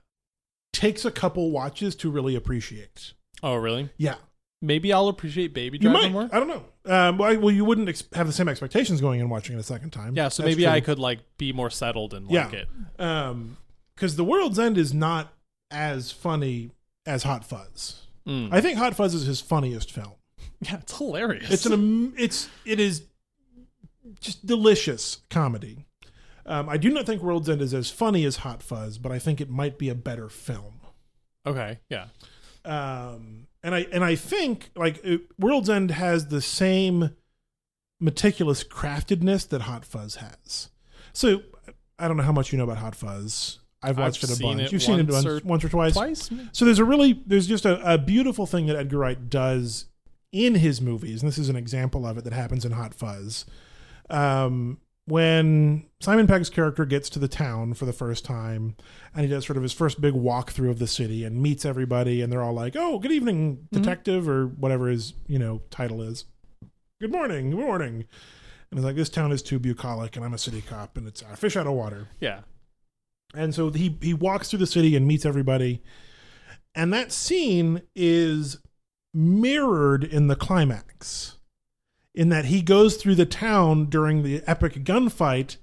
takes a couple watches to really appreciate. oh really? Yeah, Maybe I'll appreciate Baby you Driver might. more. I don't know. Um, well, I- well, you wouldn't ex- have the same expectations going and watching it a second time. yeah, so That's maybe I true. could like be more settled and Yeah. like it. Um, because the World's End is not as funny as Hot Fuzz. Mm. I think Hot Fuzz is his funniest film. yeah, it's hilarious. It's an am- it's it is just delicious comedy. Um, I do not think World's End is as funny as Hot Fuzz, but I think it might be a better film. okay, yeah. um, and I and I think like it- World's End has the same meticulous craftedness that Hot Fuzz has. So I don't know how much you know about Hot Fuzz. I've I've watched it a seen bunch. it You've seen it once once, or once or twice. Twice? So there's a really there's just a, a beautiful thing that Edgar Wright does in his movies, and this is an example of it that happens in Hot Fuzz. Um, when Simon Pegg's character gets to the town for the first time, and he does sort of his first big walkthrough of the city and meets everybody, and they're all like, "Oh, good evening, detective," or whatever his you know title is. Good morning, good morning. And he's like, "This town is too bucolic, and I'm a city cop, and it's a fish out of water." Yeah. And so he he walks through the city and meets everybody. And that scene is mirrored in the climax. In that he goes through the town during the epic gunfight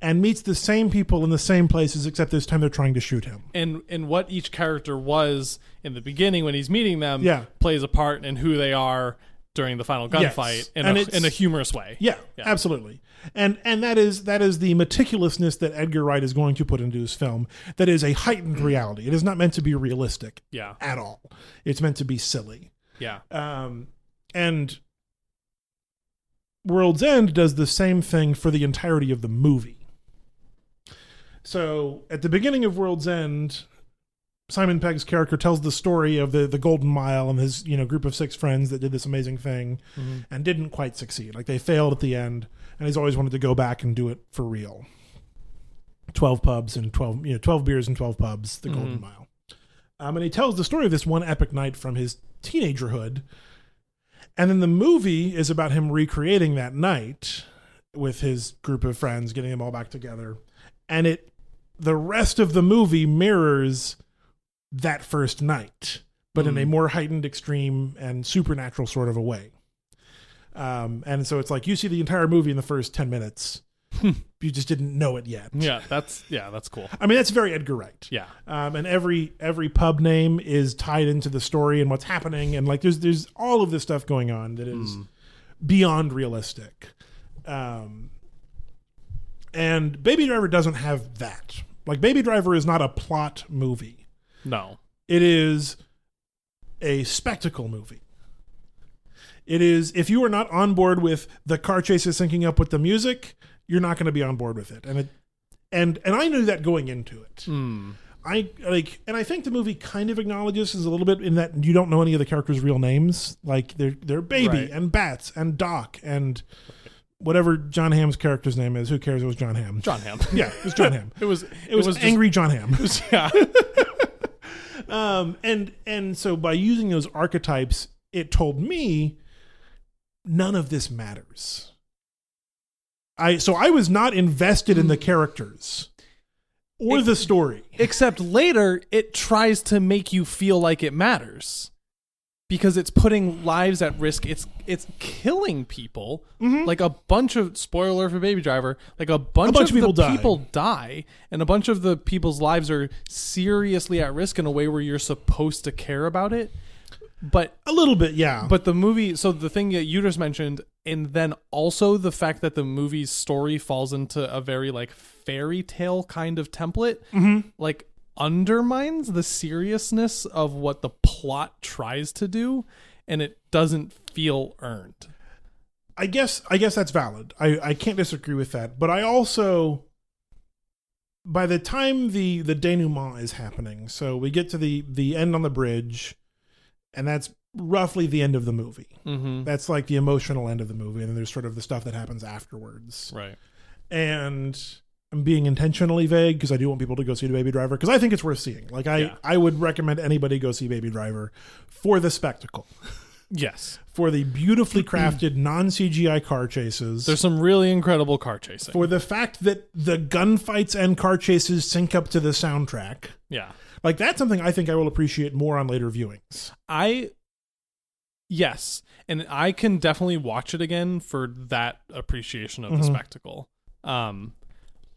and meets the same people in the same places except this time they're trying to shoot him. And and what each character was in the beginning when he's meeting them Yeah. plays a part in who they are during the final Yes. gunfight in, And a, it's- in a humorous way. Yeah, absolutely. And and that is that is the meticulousness that Edgar Wright is going to put into his film that is a heightened reality. It is not meant to be realistic Yeah. at all. It's meant to be silly. Yeah. Um, and World's End does the same thing for the entirety of the movie. So at the beginning of World's End, Simon Pegg's character tells the story of the, the Golden Mile and his you know group of six friends that did this amazing thing and didn't quite succeed. Like they failed at the end, and he's always wanted to go back and do it for real. Twelve pubs and twelve you know twelve beers and twelve pubs, the Golden Mile. Um, and he tells the story of this one epic night from his teenagerhood. And then the movie is about him recreating that night with his group of friends, getting them all back together. and it the rest of the movie mirrors that first night, but in a more heightened, extreme, and supernatural sort of a way. Um, and so it's like you see the entire movie in the first ten minutes. you just didn't know it yet. Yeah, that's yeah, that's cool. I mean, that's very Edgar Wright. Yeah. Um, and every every pub name is tied into the story and what's happening, and like there's there's all of this stuff going on that is beyond realistic. Um, and Baby Driver doesn't have that. Like Baby Driver is not a plot movie. No. It is a spectacle movie. It is if you are not on board with the car chase is syncing up with the music, you're not going to be on board with it. And it and and I knew that going into it. Hmm. I like and I think the movie kind of acknowledges this a little bit in that you don't know any of the characters' real names. Like they're they're baby Right. and bats and Doc and whatever John Hamm's character's name is. Who cares? It was John Hamm. John Hamm. Yeah, it was John Hamm. It was It was, just- angry John Hamm. yeah. um, and and so by using those archetypes, it told me none of this matters. I so I was not invested in the characters or the story. Except later it tries to make you feel like it matters. Because it's putting lives at risk. It's it's killing people. Mm-hmm. Like a bunch of spoiler for Baby Driver, like a bunch, bunch of of people the die. people die and a bunch of the people's lives are seriously at risk in a way where you're supposed to care about it. But A little bit, yeah. But the movie, so the thing that you just mentioned, and then also the fact that the movie's story falls into a very like fairy tale kind of template, like undermines the seriousness of what the plot tries to do, and it doesn't feel earned. I guess I guess that's valid. I, I can't disagree with that. But I also by the time the the denouement is happening, so we get to the the end on the bridge, and that's roughly the end of the movie. Mm-hmm. That's like the emotional end of the movie, and then there's sort of the stuff that happens afterwards. Right. And I'm being intentionally vague because I do want people to go see the Baby Driver because I think it's worth seeing. Like I Yeah. I would recommend anybody go see Baby Driver for the spectacle, Yes. for the beautifully crafted non CGI car chases. There's some really incredible car chasing. for the fact that the gunfights and car chases sync up to the soundtrack. yeah. Like that's something I think I will appreciate more on later viewings. I yes, and I can definitely watch it again for that appreciation of the spectacle. Um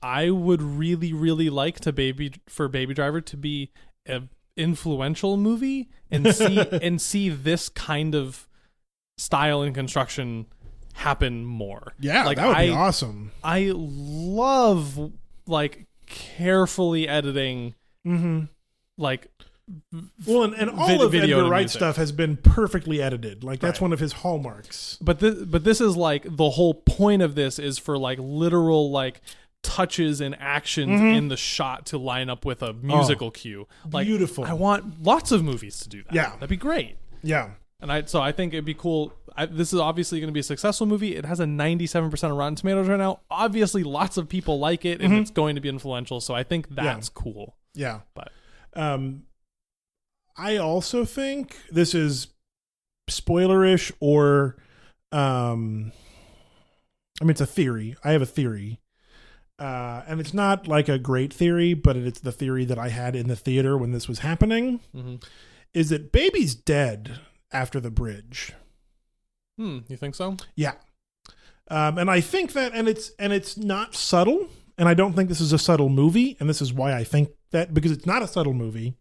I would really really like to baby for Baby Driver to be a influential movie and see and see this kind of style and construction happen more. like I awesome. I love like carefully editing like Well, and, and all Vid- of video Edgar to Wright music. stuff has been perfectly edited. Like that's one of his hallmarks. but this but this is like the whole point of this is for like literal like touches and actions Mm-hmm. in the shot to line up with a musical cue like Oh. beautiful. i want lots of movies to do that Yeah. that'd be great Yeah. and i so i think it'd be cool I, this is obviously going to be a successful movie it has a 97% of rotten tomatoes right now obviously lots of people like it Mm-hmm. and it's going to be influential so i think that's cool Yeah. But- um, I also think this is spoilerish or, um, I mean, it's a theory. I have a theory. Uh, and it's not like a great theory, but it's the theory that I had in the theater when this was happening Mhm. is that baby's dead after the bridge. hmm you think so Yeah. Um, and I think that, and it's and it's not subtle, and I don't think this is a subtle movie, and this is why I think that because it's not a subtle movie,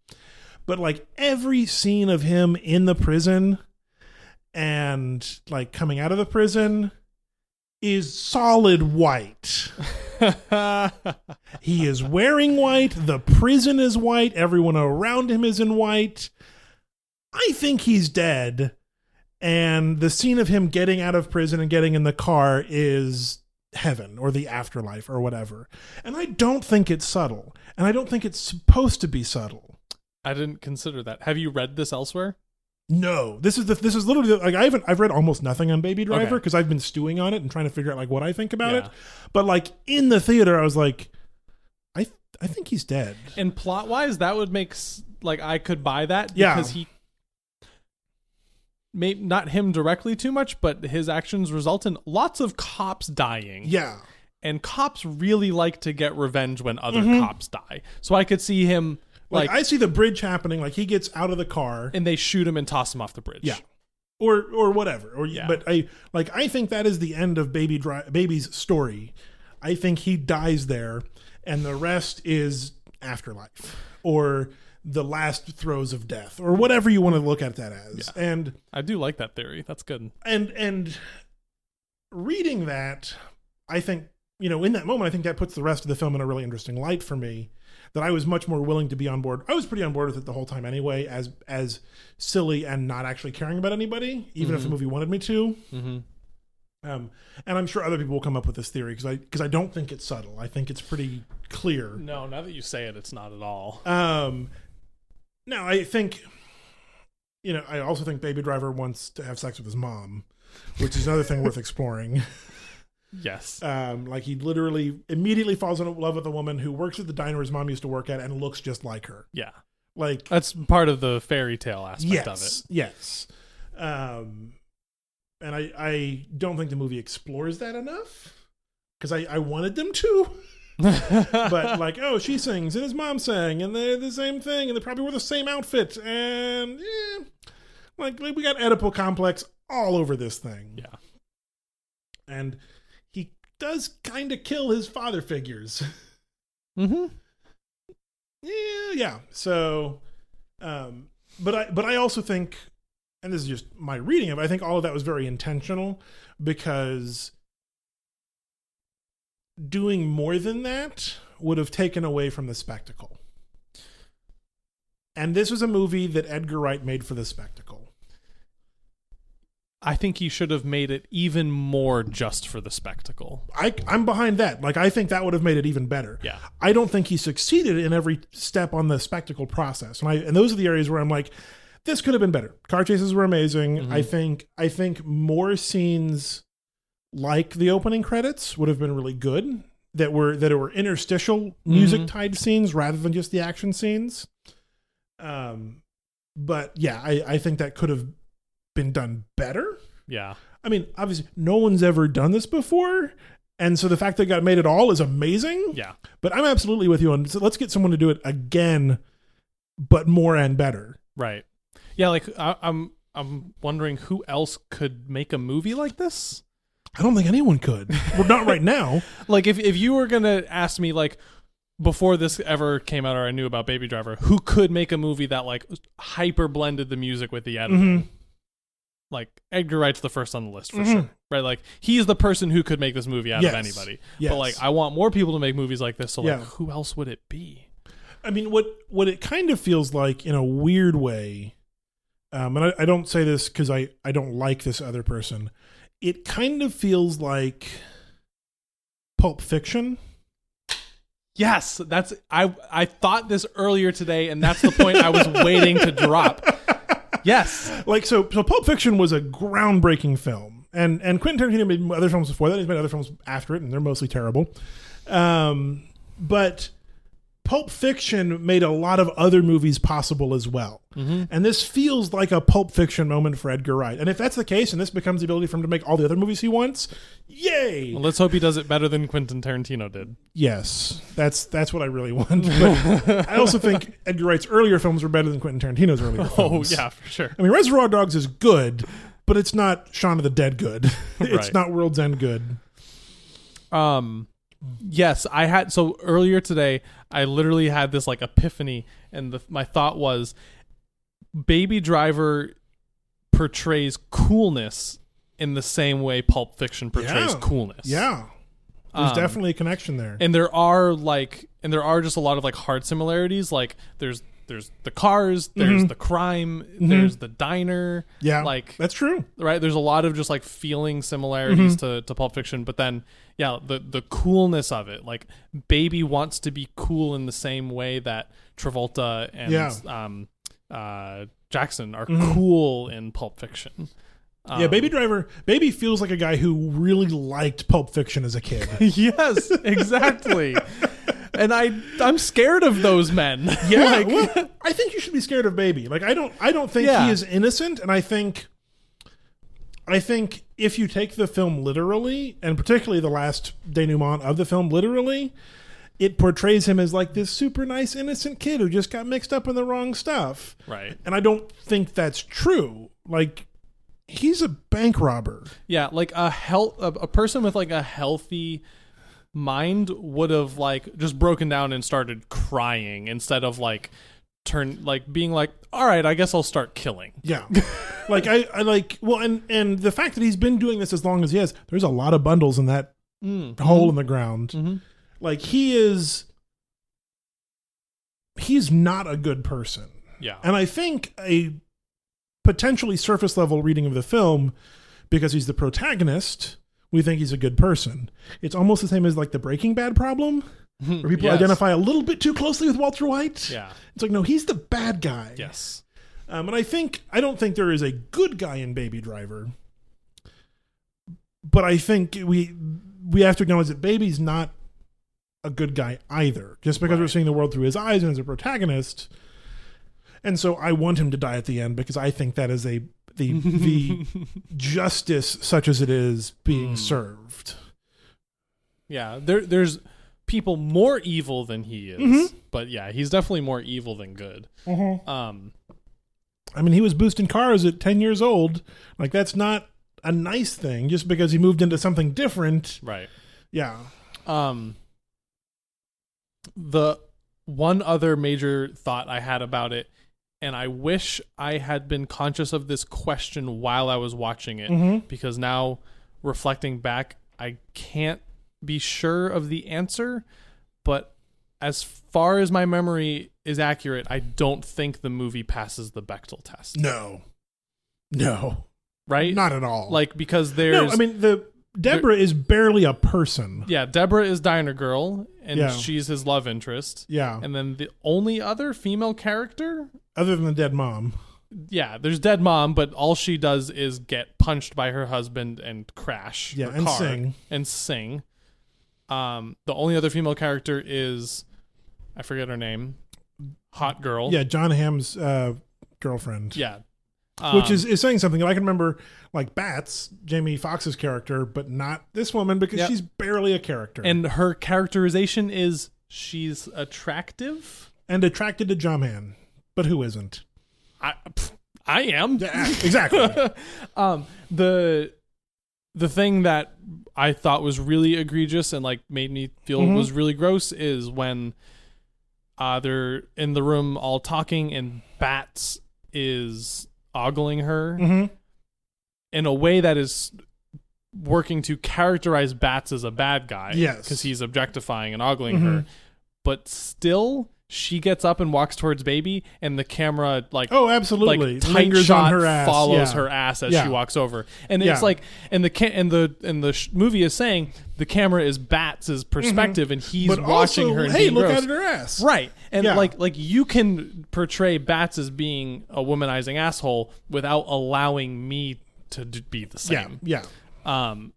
but like every scene of him in the prison and like coming out of the prison is solid white. He is wearing white. The prison is white. Everyone around him is in white. I think he's dead. And the scene of him getting out of prison and getting in the car is heaven or the afterlife or whatever. And I don't think it's subtle. And I don't think it's supposed to be subtle. i didn't consider that have you read this elsewhere No, this is the this is literally like I haven't I've read almost nothing on Baby Driver Okay. because I've been stewing on it and trying to figure out like what I think about Yeah. it. But like in the theater, I was like, I I think he's dead. And plot wise, that would make s- like I could buy that Yeah. because he, maybe not him directly too much, but his actions result in lots of cops dying. Yeah. and cops really like to get revenge when other cops die. So I could see him Mm-hmm. Like, like, I see the bridge happening. Like he gets out of the car, and they shoot him and toss him off the bridge. yeah, or or whatever. Or Yeah. but I like I think that is the end of baby Dri- baby's story. I think he dies there, and the rest is afterlife or the last throes of death or whatever you want to look at that as. And I do like that theory. That's good. and and reading that i think you know in that moment i think that puts the rest of the film in a really interesting light for me that i was much more willing to be on board i was pretty on board with it the whole time anyway as as silly and not actually caring about anybody even if the movie wanted me to Mm-hmm. um, and i'm sure other people will come up with this theory because i because i don't think it's subtle i think it's pretty clear No, now that you say it, it's not at all. um, now I think, you know, I also think Baby Driver wants to have sex with his mom, which is another thing worth exploring. Yes. Um, like he literally immediately falls in love with a woman who works at the diner his mom used to work at and looks just like her. Yeah. Like That's part of the fairy tale aspect of it. yes, yes. Um, and I I don't think the movie explores that enough because I I wanted them to. but like, oh, she sings and his mom sang, and they're the same thing, and they probably wore the same outfit, and eh, like we we got Oedipal complex all over this thing. Yeah. and he does kind of kill his father figures. mm-hmm. yeah, yeah. So, um, but I but I also think, and this is just my reading of, it, I think all of that was very intentional because doing more than that would have taken away from the spectacle. And this was a movie that Edgar Wright made for the spectacle. I think he should have made it even more just for the spectacle. I, I'm behind that. Like, I think that would have made it even better. Yeah. I don't think he succeeded in every step on the spectacle process. And I and those are the areas where I'm like, this could have been better. Car chases were amazing. I think I think more scenes like the opening credits would have been really good. That were that were interstitial music tied scenes rather than just the action scenes. Um but yeah, I, I think that could have been done better. Yeah. I mean, obviously no one's ever done this before. And so the fact that it got made at all is amazing. Yeah. But I'm absolutely with you on so let's get someone to do it again, but more and better. Right. Yeah, like I, I'm I'm wondering who else could make a movie like this? I don't think anyone could. well, not right now. Like if if you were going to ask me like before this ever came out or I knew about Baby Driver, who could make a movie that like hyper blended the music with the editing? Mm-hmm. Like Edgar Wright's the first on the list for sure. Right? Like he's the person who could make this movie out Yes. of anybody. Yes. But like I want more people to make movies like this, so like Yeah. who else would it be? I mean, what what it kind of feels like in a weird way, um, and I, I don't say this because I I don't like this other person. It kind of feels like Pulp Fiction. Yes, that's I I thought this earlier today and that's the point I was waiting to drop. Yes. like so so Pulp Fiction was a groundbreaking film. And and Quentin Tarantino made other films before that. He's made other films after it and they're mostly terrible. Um but Pulp Fiction made a lot of other movies possible as well. Mm-hmm. And this feels like a Pulp Fiction moment for Edgar Wright. And if that's the case and this becomes the ability for him to make all the other movies he wants, yay. Well, let's hope he does it better than Quentin Tarantino did. Yes, that's that's what I really want. But I also think Edgar Wright's earlier films were better than Quentin Tarantino's earlier Oh films. yeah, for sure. I mean, Reservoir Dogs is good, but it's not Shaun of the Dead good. it's Right. not World's End good. Um yes, I had so earlier today I literally had this like epiphany and the, my thought was Baby Driver portrays coolness in the same way Pulp Fiction portrays Yeah. coolness. Yeah, there's Um, definitely a connection there. and there are like and there are just a lot of like hard similarities like there's there's the cars there's the crime there's the diner Mm-hmm. yeah, like that's true. right there's a lot of just like feeling similarities Mm-hmm. to, to pulp fiction but then yeah the the coolness of it like baby wants to be cool in the same way that travolta and Yeah. Mm-hmm. um uh jackson are cool in pulp fiction yeah, um, Baby Driver. Baby feels like a guy who really liked Pulp Fiction as a kid. yes exactly and i i'm scared of those men yeah, well, I think you should be scared of Baby. Like, I don't. I don't think Yeah. he is innocent, and I think. I think if you take the film literally, and particularly the last denouement of the film literally, it portrays him as like this super nice, innocent kid who just got mixed up in the wrong stuff. Right. And I don't think that's true. Like, he's a bank robber. Yeah, like a health a, a person with like a healthy mind would have like just broken down and started crying instead of like turn like being like, "All right, I guess I'll start killing." Yeah. like, I, I like, well, and, and the fact that he's been doing this as long as he has, there's a lot of bundles in that Mm-hmm. hole in the ground. Mhm. Like, he is, he's not a good person. Yeah. And I think a potentially surface level reading of the film, because he's the protagonist, we think he's a good person. It's almost the same as like the Breaking Bad problem, where people Yes. identify a little bit too closely with Walter White. Yeah. It's like, no, he's the bad guy. Yes. Um, and I think, I don't think there is a good guy in Baby Driver, but I think we, we have to acknowledge that Baby's not a good guy either, just because we're Right. seeing the world through his eyes and as a protagonist. And so I want him to die at the end because I think that is a the the justice such as it is being served. Yeah, there there's people more evil than he is. Mm-hmm. But yeah, he's definitely more evil than good. Um I mean, he was boosting cars at ten years old. Like that's not a nice thing. Just because he moved into something different, right. yeah. Um, the one other major thought I had about it, and I wish I had been conscious of this question while I was watching it, Mm-hmm. because now reflecting back, I can't be sure of the answer. But as far as my memory is accurate, I don't think the movie passes the Bechtel test, No, no, right? not at all. like because there's no. I mean, the Deborah is barely a person. yeah, Deborah is Diner Girl, and Yeah. she's his love interest. Yeah. And then the only other female character, Other than the dead mom. yeah, there's dead mom, but all she does is get punched by her husband and crash. Yeah, her and car sing. And sing. Um, the only other female character is, I forget her name, hot girl. Yeah, John Hamm's uh, girlfriend. yeah, um, which is, is saying something. I can remember like Bats, Jamie Foxx's character, but not this woman because Yep. she's barely a character Um, and her characterization is she's attractive. and attracted to Jamhan, but who isn't? I, pff, I am. Yeah, exactly. Mm-hmm. um the the thing that i thought was really egregious and like made me feel Mhm. was really gross is when uh they're in the room all talking and bats is ogling her hmm in a way that is working to characterize bats as a bad guy Yes. Mm-hmm. because he's objectifying and ogling her but still she gets up and walks towards baby and the camera like Oh, absolutely. like tight Lingers shot on her ass. follows yeah. her ass as Yeah. she walks over, and Yeah. it's like, and the ca- and the and the sh- movie is saying the camera is Bats' perspective, and he's Mm-hmm. But watching also, her. And hey, being look gross. at her ass. Right, and Yeah. like like you can portray Bats as being a womanizing asshole without allowing me to d- be the Yeah. same. Yeah. Um,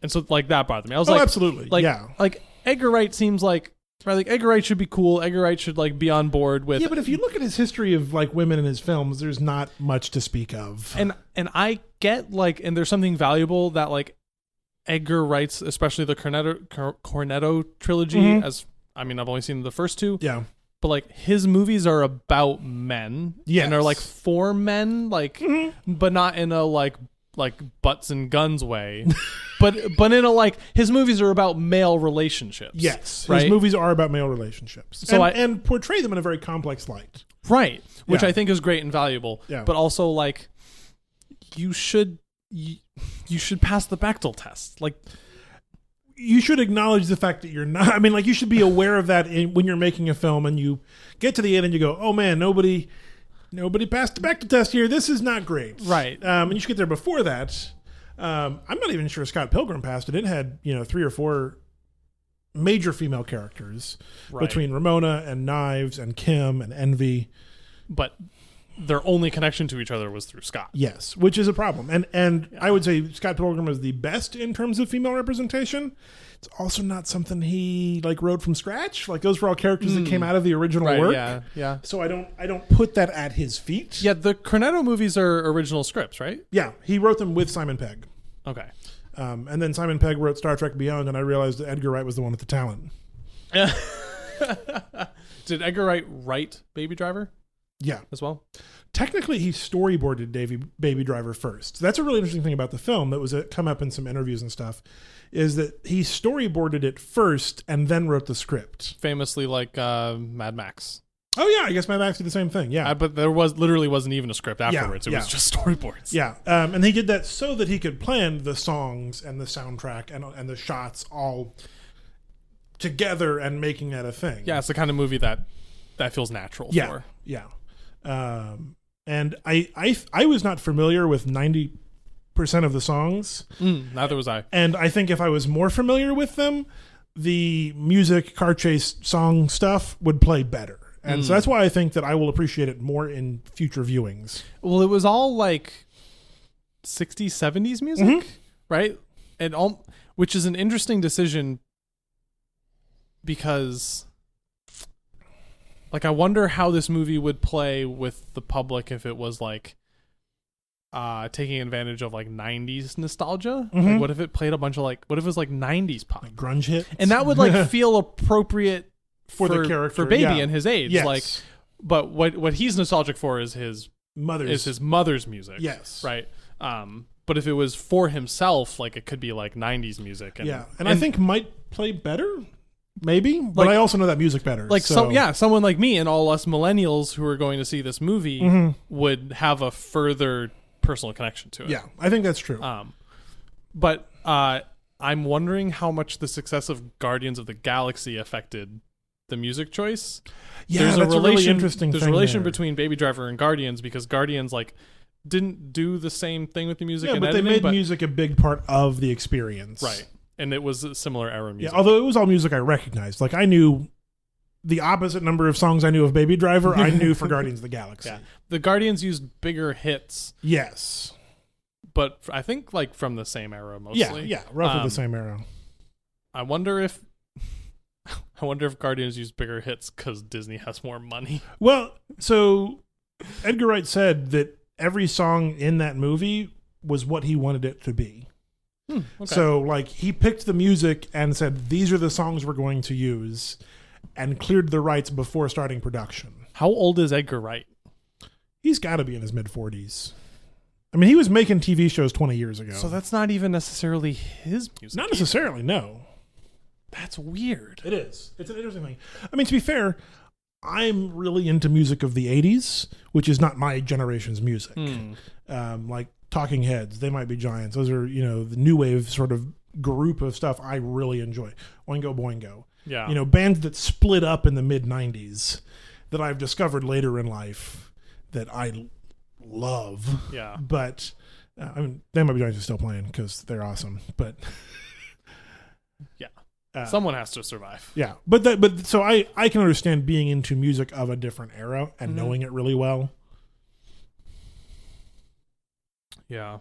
and so like that bothered me. I was Oh, like, absolutely. like yeah. like Edgar Wright seems like right, like Edgar Wright should be cool. Edgar Wright should like be on board with Yeah, but if you look at his history of like women in his films, there's not much to speak of. and and I get like, and there's something valuable that like Edgar Wright's, especially the Cornetto Cor- Cornetto trilogy. Mhm. As I mean, I've only seen the first two, yeah. but like his movies are about men, Yes. Mm-hmm. and are like for men, like, but not in a like like butts and guns way, but but in a like his movies are about male relationships. Yes, right. his movies are about male relationships, So and, I- and portray them in a very complex light. right which Yeah. i think is great and valuable Yeah. but also like you should you, you should pass the Bechtel test like you should acknowledge the fact that you're not. I mean, like you should be aware of that in, when you're making a film and you get to the end and you go, "Oh man, nobody, nobody passed the back test here. This is not great." Right. Um, and you should get there before that. Um, I'm not even sure Scott Pilgrim passed it. It had you know three or four major female characters Right. between Ramona and Knives and Kim and Envy. but their only connection to each other was through Scott. Yes, which is a problem. And and I would say Scott Pilgrim is the best in terms of female representation. It's also not something he like wrote from scratch. Like those were all characters that came out of the original Hmm. Right. work. Yeah. Yeah. So I don't I don't put that at his feet. Yeah. The Cornetto movies are original scripts, right? Yeah, he wrote them with Simon Pegg. Okay. Um, and then Simon Pegg wrote Star Trek Beyond, and I realized that Edgar Wright was the one with the talent. Did Edgar Wright write Baby Driver Yeah, as well? technically he storyboarded Davy, Baby Driver first. That's a really interesting thing about the film that was uh come up in some interviews and stuff, is that he storyboarded it first and then wrote the script. Famously, like uh, Mad Max. Oh yeah, I guess Mad Max did the same thing. Yeah, Uh, but there was literally wasn't even a script Yeah, afterwards. it was yeah. just storyboards. yeah, um, and he did that so that he could plan the songs and the soundtrack and and the shots all together and making that a thing. Yeah. It's the kind of movie that that feels natural yeah, for. yeah. Um, and I, I I was not familiar with ninety percent of the songs. Mm, neither was I. And I think if I was more familiar with them, the music, car chase, song stuff would play better. And Hmm. so that's why I think that I will appreciate it more in future viewings. Well, it was all like 60s, 70s music, Mm-hmm. right? And all, which is an interesting decision because, like, I wonder how this movie would play with the public if it was like uh taking advantage of like 90s nostalgia. Like, what if it played a bunch of like, what if it was like 90s pop? Mm-hmm. Like grunge hit. And that would like feel appropriate for, For the character, for baby yeah. and his age. yes. Like, but what what he's nostalgic for is his Mother's. is his mother's music. Yes. Right. Um, but if it was for himself, like it could be like '90s music. And, yeah. And, I think might play better, maybe. But Like- I also know that music better. like so, some yeah, someone like me and all us millennials who are going to see this movie Mm-hmm. would have a further personal connection to it. Yeah. I think that's true. Um, but uh, I'm wondering how much the success of Guardians of the Galaxy affected the music choice. yeah. there's that's a a relation really interesting there's a thing relation there. between Baby Driver and Guardians because Guardians like didn't do the same thing with the music. Yeah, and but they editing, made but, music a big part of the experience. right, and it was a similar era Yeah, music. although it was all music I recognized. Like I knew the opposite number of songs I knew of Baby Driver, I knew for Guardians of the Galaxy. yeah, the Guardians used bigger hits, Yes. but f- I think like from the same era mostly. Yeah, yeah, roughly Um, the same era. I wonder if. I wonder if Guardians used bigger hits because Disney has more money. Well, so Edgar Wright said that every song in that movie was what he wanted it to be. Hmm, Okay. So like he picked the music and said these are the songs we're going to use and cleared the rights before starting production. how old is Edgar Wright? He's got to be in his mid 40s. I mean, he was making TV shows 20 years ago. So that's not even necessarily his music. not necessarily no. That's weird. It is. It's an interesting thing. I mean, to be fair, I'm really into music of the '80s, which is not my generation's music. Um, like Talking Heads, They Might Be Giants. Those are you know the new wave sort of group of stuff I really enjoy. Oingo Boingo. Yeah. You know, bands that split up in the mid '90s that I've discovered later in life that I love. Yeah. But uh, I mean, They Might Be Giants are still playing because they're awesome. But Yeah. Uh, Someone has to survive. Yeah, but that, but so I I can understand being into music of a different era and Mm-hmm. knowing it really well. Yeah.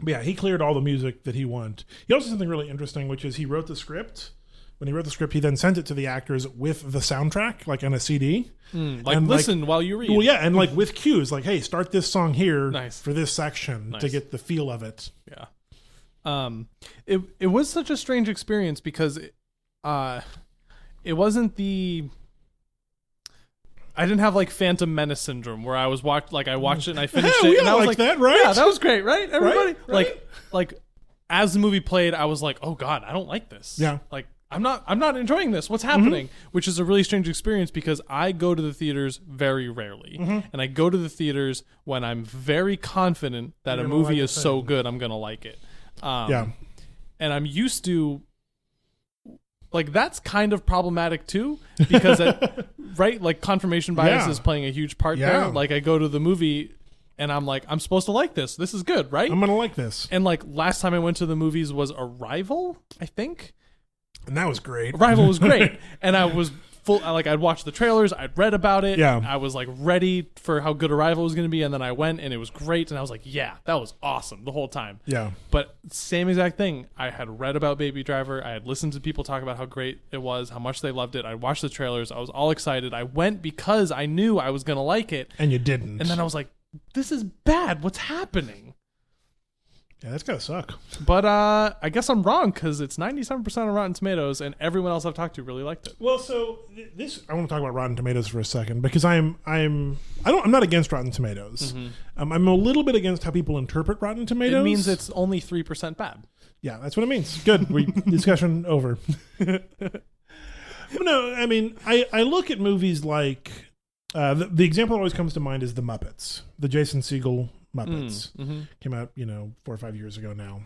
But yeah, he cleared all the music that he wanted. He also did something really interesting, which is he wrote the script. When he wrote the script, he then sent it to the actors with the soundtrack, like on a CD. Mm, Like, And, like- listen while you read. Well, yeah, and like with cues, like hey, start this song here Nice. for this section to Nice. get the feel of it. yeah um it it was such a strange experience because it, uh it wasn't the I didn't have like Phantom Menace syndrome where I was watched like I watched it and I finished Yeah, it we and I all was like like that, right? Yeah, that was great, right? Everybody Right? like like as the movie played, I was like, "Oh God, I don't like this." Yeah. Mm-hmm. like I'm not I'm not enjoying this. What's happening? Which is a really strange experience because I go to the theaters very rarely, Mm-hmm. and I go to the theaters when I'm very confident that a gonna movie like is the so good, I'm gonna like it. Um, Yeah, and I'm used to like that's kind of problematic too because it, right like confirmation bias Yeah. is playing a huge part Yeah. there like I go to the movie and I'm like I'm supposed to like this this is good right I'm gonna like this, and like last time I went to the movies was Arrival I think and that was great. Arrival was great and I was full I- like I'd watched the trailers, I'd read about it, Yeah. I was like ready for how good Arrival was going to be, and then I went and it was great, and I was like, yeah, that was awesome the whole time. Yeah. But same exact thing. I had read about Baby Driver. I had listened to people talk about how great it was, how much they loved it. I watched the trailers. I was all excited. I went because I knew I was going to like it. And you didn't. And then I was like, this is bad. What's happening? yeah, that's gotta suck. But uh, I guess I'm wrong because it's 97% on Rotten Tomatoes, and everyone else I've talked to really liked it. Well, so th- this I want to talk about Rotten Tomatoes for a second because I'm I'm I don't I'm not against Rotten Tomatoes. Um, I'm a little bit against how people interpret Rotten Tomatoes. Mm-hmm. It means it's only 3% bad. Yeah, that's what it means. Good. We discussion over. no, I mean, I, I look at movies like uh, the, the example that always comes to mind is the Muppets, the Jason Segel Muppets Mm-hmm. came out, you know, four or five years ago now.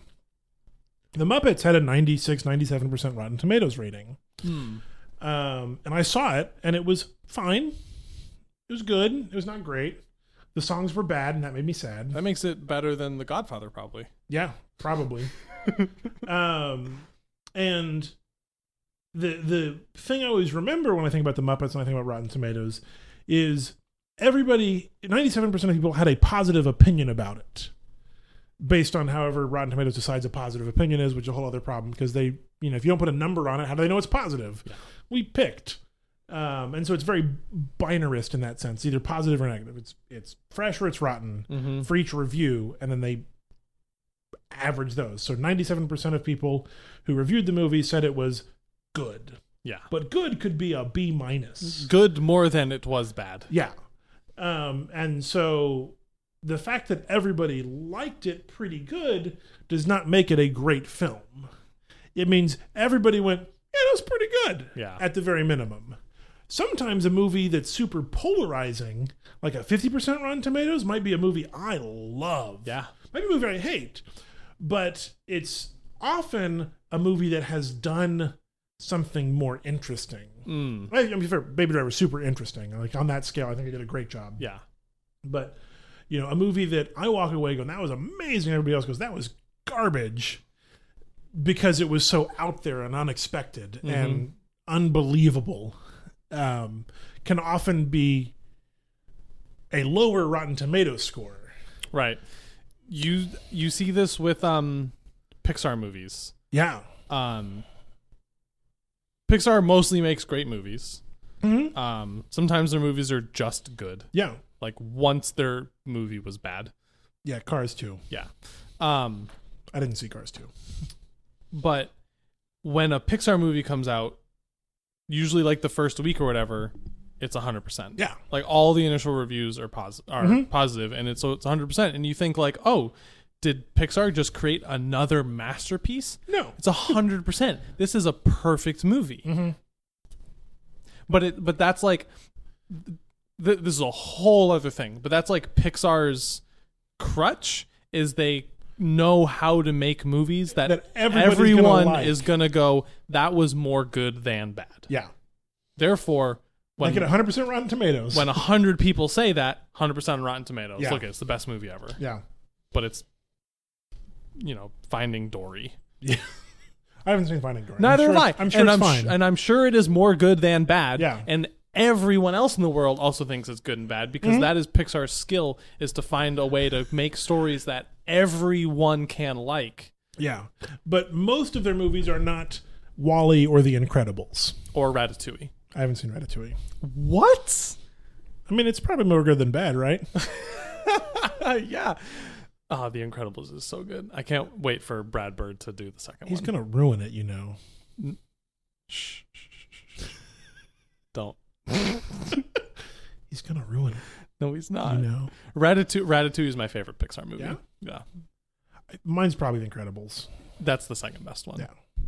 The Muppets had a 96, 97% Rotten Tomatoes rating. hmm. Um, and I saw it, and it was fine. It was good. It was not great. The songs were bad, and that made me sad. That makes it better than The Godfather, probably. Yeah, probably. um, and the the thing I always remember when I think about the Muppets and I think about Rotten Tomatoes is everybody ninety seven percent of people had a positive opinion about it, based on however Rotten Tomatoes decides a positive opinion is, which is a whole other problem because they you know if you don't put a number on it, how do they know it's positive? We picked. Um, and so it's very binarist in that sense, either positive or negative. It's it's fresh or it's rotten Mm-hmm. for each review, and then they average those. So 97% of people who reviewed the movie said it was good, Yeah. but good could be a B minus. Good more than it was bad. Yeah. Um, and so the fact that everybody liked it pretty good does not make it a great film. It means everybody went, yeah, that was pretty good Yeah. at the very minimum. Sometimes a movie that's super polarizing, like a 50% Rotten Tomatoes, might be a movie I love. Yeah. Might be a movie I hate, but it's often a movie that has done something more interesting. Mm. I, I mean, fair, Baby Driver is super interesting. Like on that scale, I think I did a great job. Yeah. But you know, a movie that I walk away going, "That was amazing." Everybody else goes, "That was garbage," because it was so out there and unexpected and unbelievable. Um, can often be a lower Rotten Tomato score. Right. You you see this with um Pixar movies. Yeah. Um Pixar mostly makes great movies. Mhm. Um sometimes their movies are just good. Yeah. Like once their movie was bad. Yeah. Cars two. Yeah. Um I didn't see Cars two. but when a Pixar movie comes out, usually like the first week or whatever, it's 100%. Yeah. Like all the initial reviews are, pos- are positive and it's so it's 100% and you think like, "Oh, did Pixar just create another masterpiece?" No. It's a hundred percent. This is a perfect movie. Mm-hmm. But it, but that's like, th- this is a whole other thing. But that's like Pixar's crutch is they know how to make movies that, That everybody's gonna everyone like. is gonna go. That was more good than bad. Yeah. Therefore, Like at when 100% Rotten Tomatoes. when a hundred people say that, hundred percent on Rotten Tomatoes. Yeah. Look, it's the best movie ever. yeah. But it's, you know, Finding Dory. Yeah. I haven't seen Finding Dory. I'm Neither sure have I. it's- I'm sure and it's I'm fine. Sh- and I'm sure it is more good than bad. Yeah. And everyone else in the world also thinks it's good and bad because Mm-hmm. that is Pixar's skill is to find a way to make stories that everyone can like Yeah, but most of their movies are not Wally or The Incredibles. or Ratatouille. I haven't seen Ratatouille. What? I mean, it's probably more good than bad, right? Uh, yeah. Ah, The Incredibles is so good. I can't wait for Brad Bird to do the second He's one. gonna ruin it, you know. Shh, shh, shh, shh, shh. Don't. He's gonna ruin it, No, he's not. you know. Ratatouille. Ratatouille is my favorite Pixar movie. Yeah? yeah. Mine's probably The Incredibles. That's the second best one. Yeah,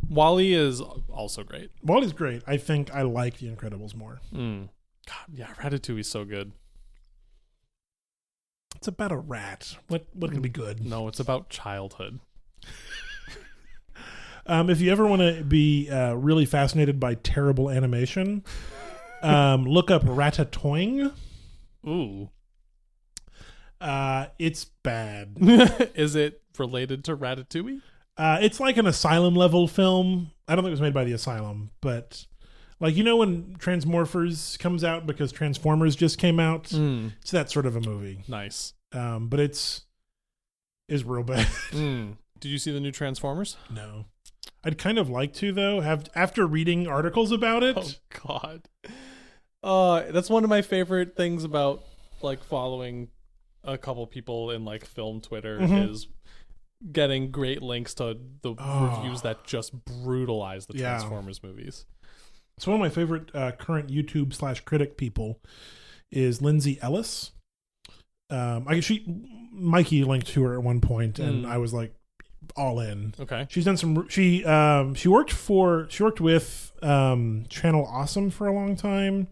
Wally is also great. Wally's great. I think I like The Incredibles more. Mm. God, yeah, Ratatouille is so good. It's about a rat. What what can be good? No, it's about childhood. Um, if you ever want to be uh, really fascinated by terrible animation, um, look up Ratatouille. Ooh, Uh, it's bad. is it related to Ratatouille? Uh, it's like an asylum level film. I don't think it was made by the asylum, but Like you know when Transmorphers comes out because Transformers just came out. Mm, It's that sort of a movie, nice. um, but it's is real bad. Mm. Did you see the new Transformers? no, I'd kind of like to though. Have after reading articles about it, Oh God, uh, that's one of my favorite things about like following a couple people in like film Twitter Mhm. is getting great links to the Oh. reviews that just brutalize the Yeah. Transformers movies. it's one of my favorite uh, current YouTube slash critic people is Lindsay Ellis. Um, I she Mikey linked to her at one point, and Mm. I was like all in. Okay. She's done some. She um she worked for she worked with um Channel Awesome for a long time,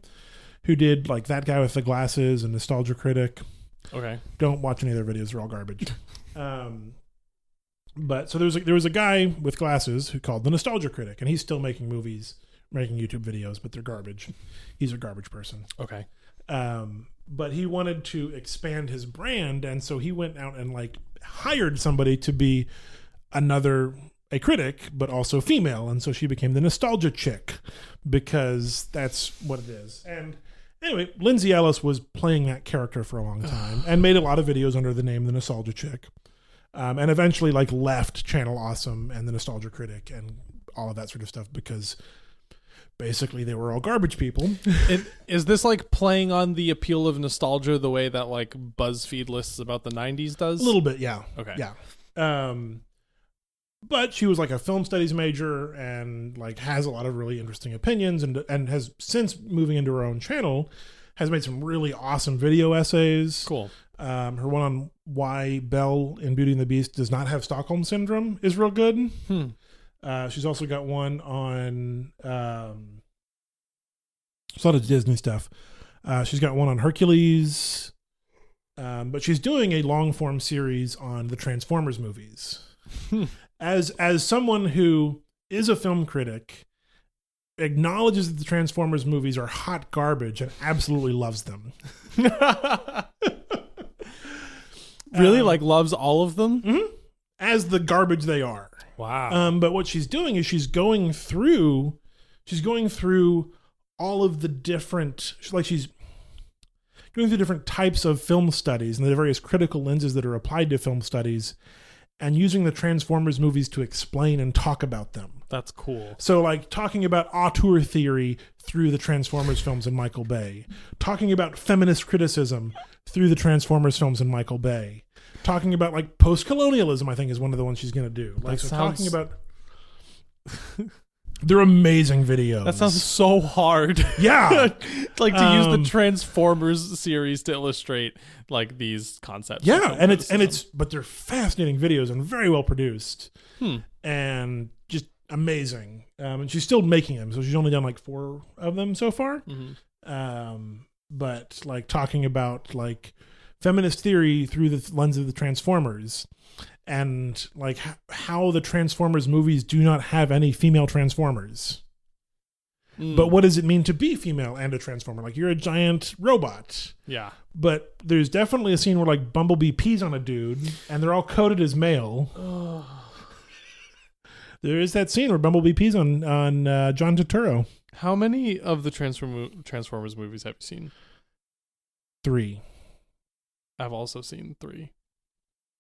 who did like that guy with the glasses and Nostalgia Critic. Okay. Don't watch any of their videos; they're all garbage. um, but so there was a, there was a guy with glasses who called the Nostalgia Critic, and he's still making movies, making YouTube videos, but they're garbage. He's a garbage person. Okay. Um, but he wanted to expand his brand, and so he went out and like hired somebody to be another a critic, but also female, and so she became the nostalgia chick because that's what it is. And anyway, Lindsay Ellis was playing that character for a long time and made a lot of videos under the name the nostalgia chick, um, and eventually like left Channel Awesome and the nostalgia critic and all of that sort of stuff because basically they were all garbage people. It, is this like playing on the appeal of nostalgia the way that like BuzzFeed lists about the '90s does? A little bit, yeah. Okay. Yeah. Um, but she was like a film studies major and like has a lot of really interesting opinions and and has since moving into her own channel has made some really awesome video essays. Cool. Um, her one on why Belle in Beauty and the Beast does not have Stockholm syndrome is real good. Hmm. Uh, she's also got one on um, there's a lot of Disney stuff. Uh, she's got one on Hercules, um, but she's doing a long form series on the Transformers movies. Hmm. as as someone who is a film critic, acknowledges that the Transformers movies are hot garbage and absolutely loves them. Really? Um, like loves all of them? as the garbage they are. Wow. Um, but what she's doing is she's going through, she's going through all of the different, she's like she's going through different types of film studies and the various critical lenses that are applied to film studies, and using the Transformers movies to explain and talk about them. That's cool. So, like talking about auteur theory through the Transformers films and Michael Bay, talking about feminist criticism through the Transformers films and Michael Bay, talking about like post colonialism, I think is one of the ones she's going to do. Like, so talking sounds- about. They're amazing videos. That sounds so hard. Yeah. like to use Um, the Transformers series to illustrate like these concepts. of Yeah, film and it's and it's criticism. but they're fascinating videos and very well produced, Hmm. and just amazing. Um, and she's still making them, so she's only done like four of them so far. Mhm. Um, but like talking about like feminist theory through the th- lens of the Transformers, and like h- how the Transformers movies do not have any female Transformers. Mm. But what does it mean to be female and a Transformer? Like you're a giant robot Yeah. but there's definitely a scene where like Bumblebee pees on a dude, and they're all coded as male. There is that scene where Bumblebee pees on on uh, John Turturro. How many of the Transform- Transformers movies have you seen? Three, I've also seen three.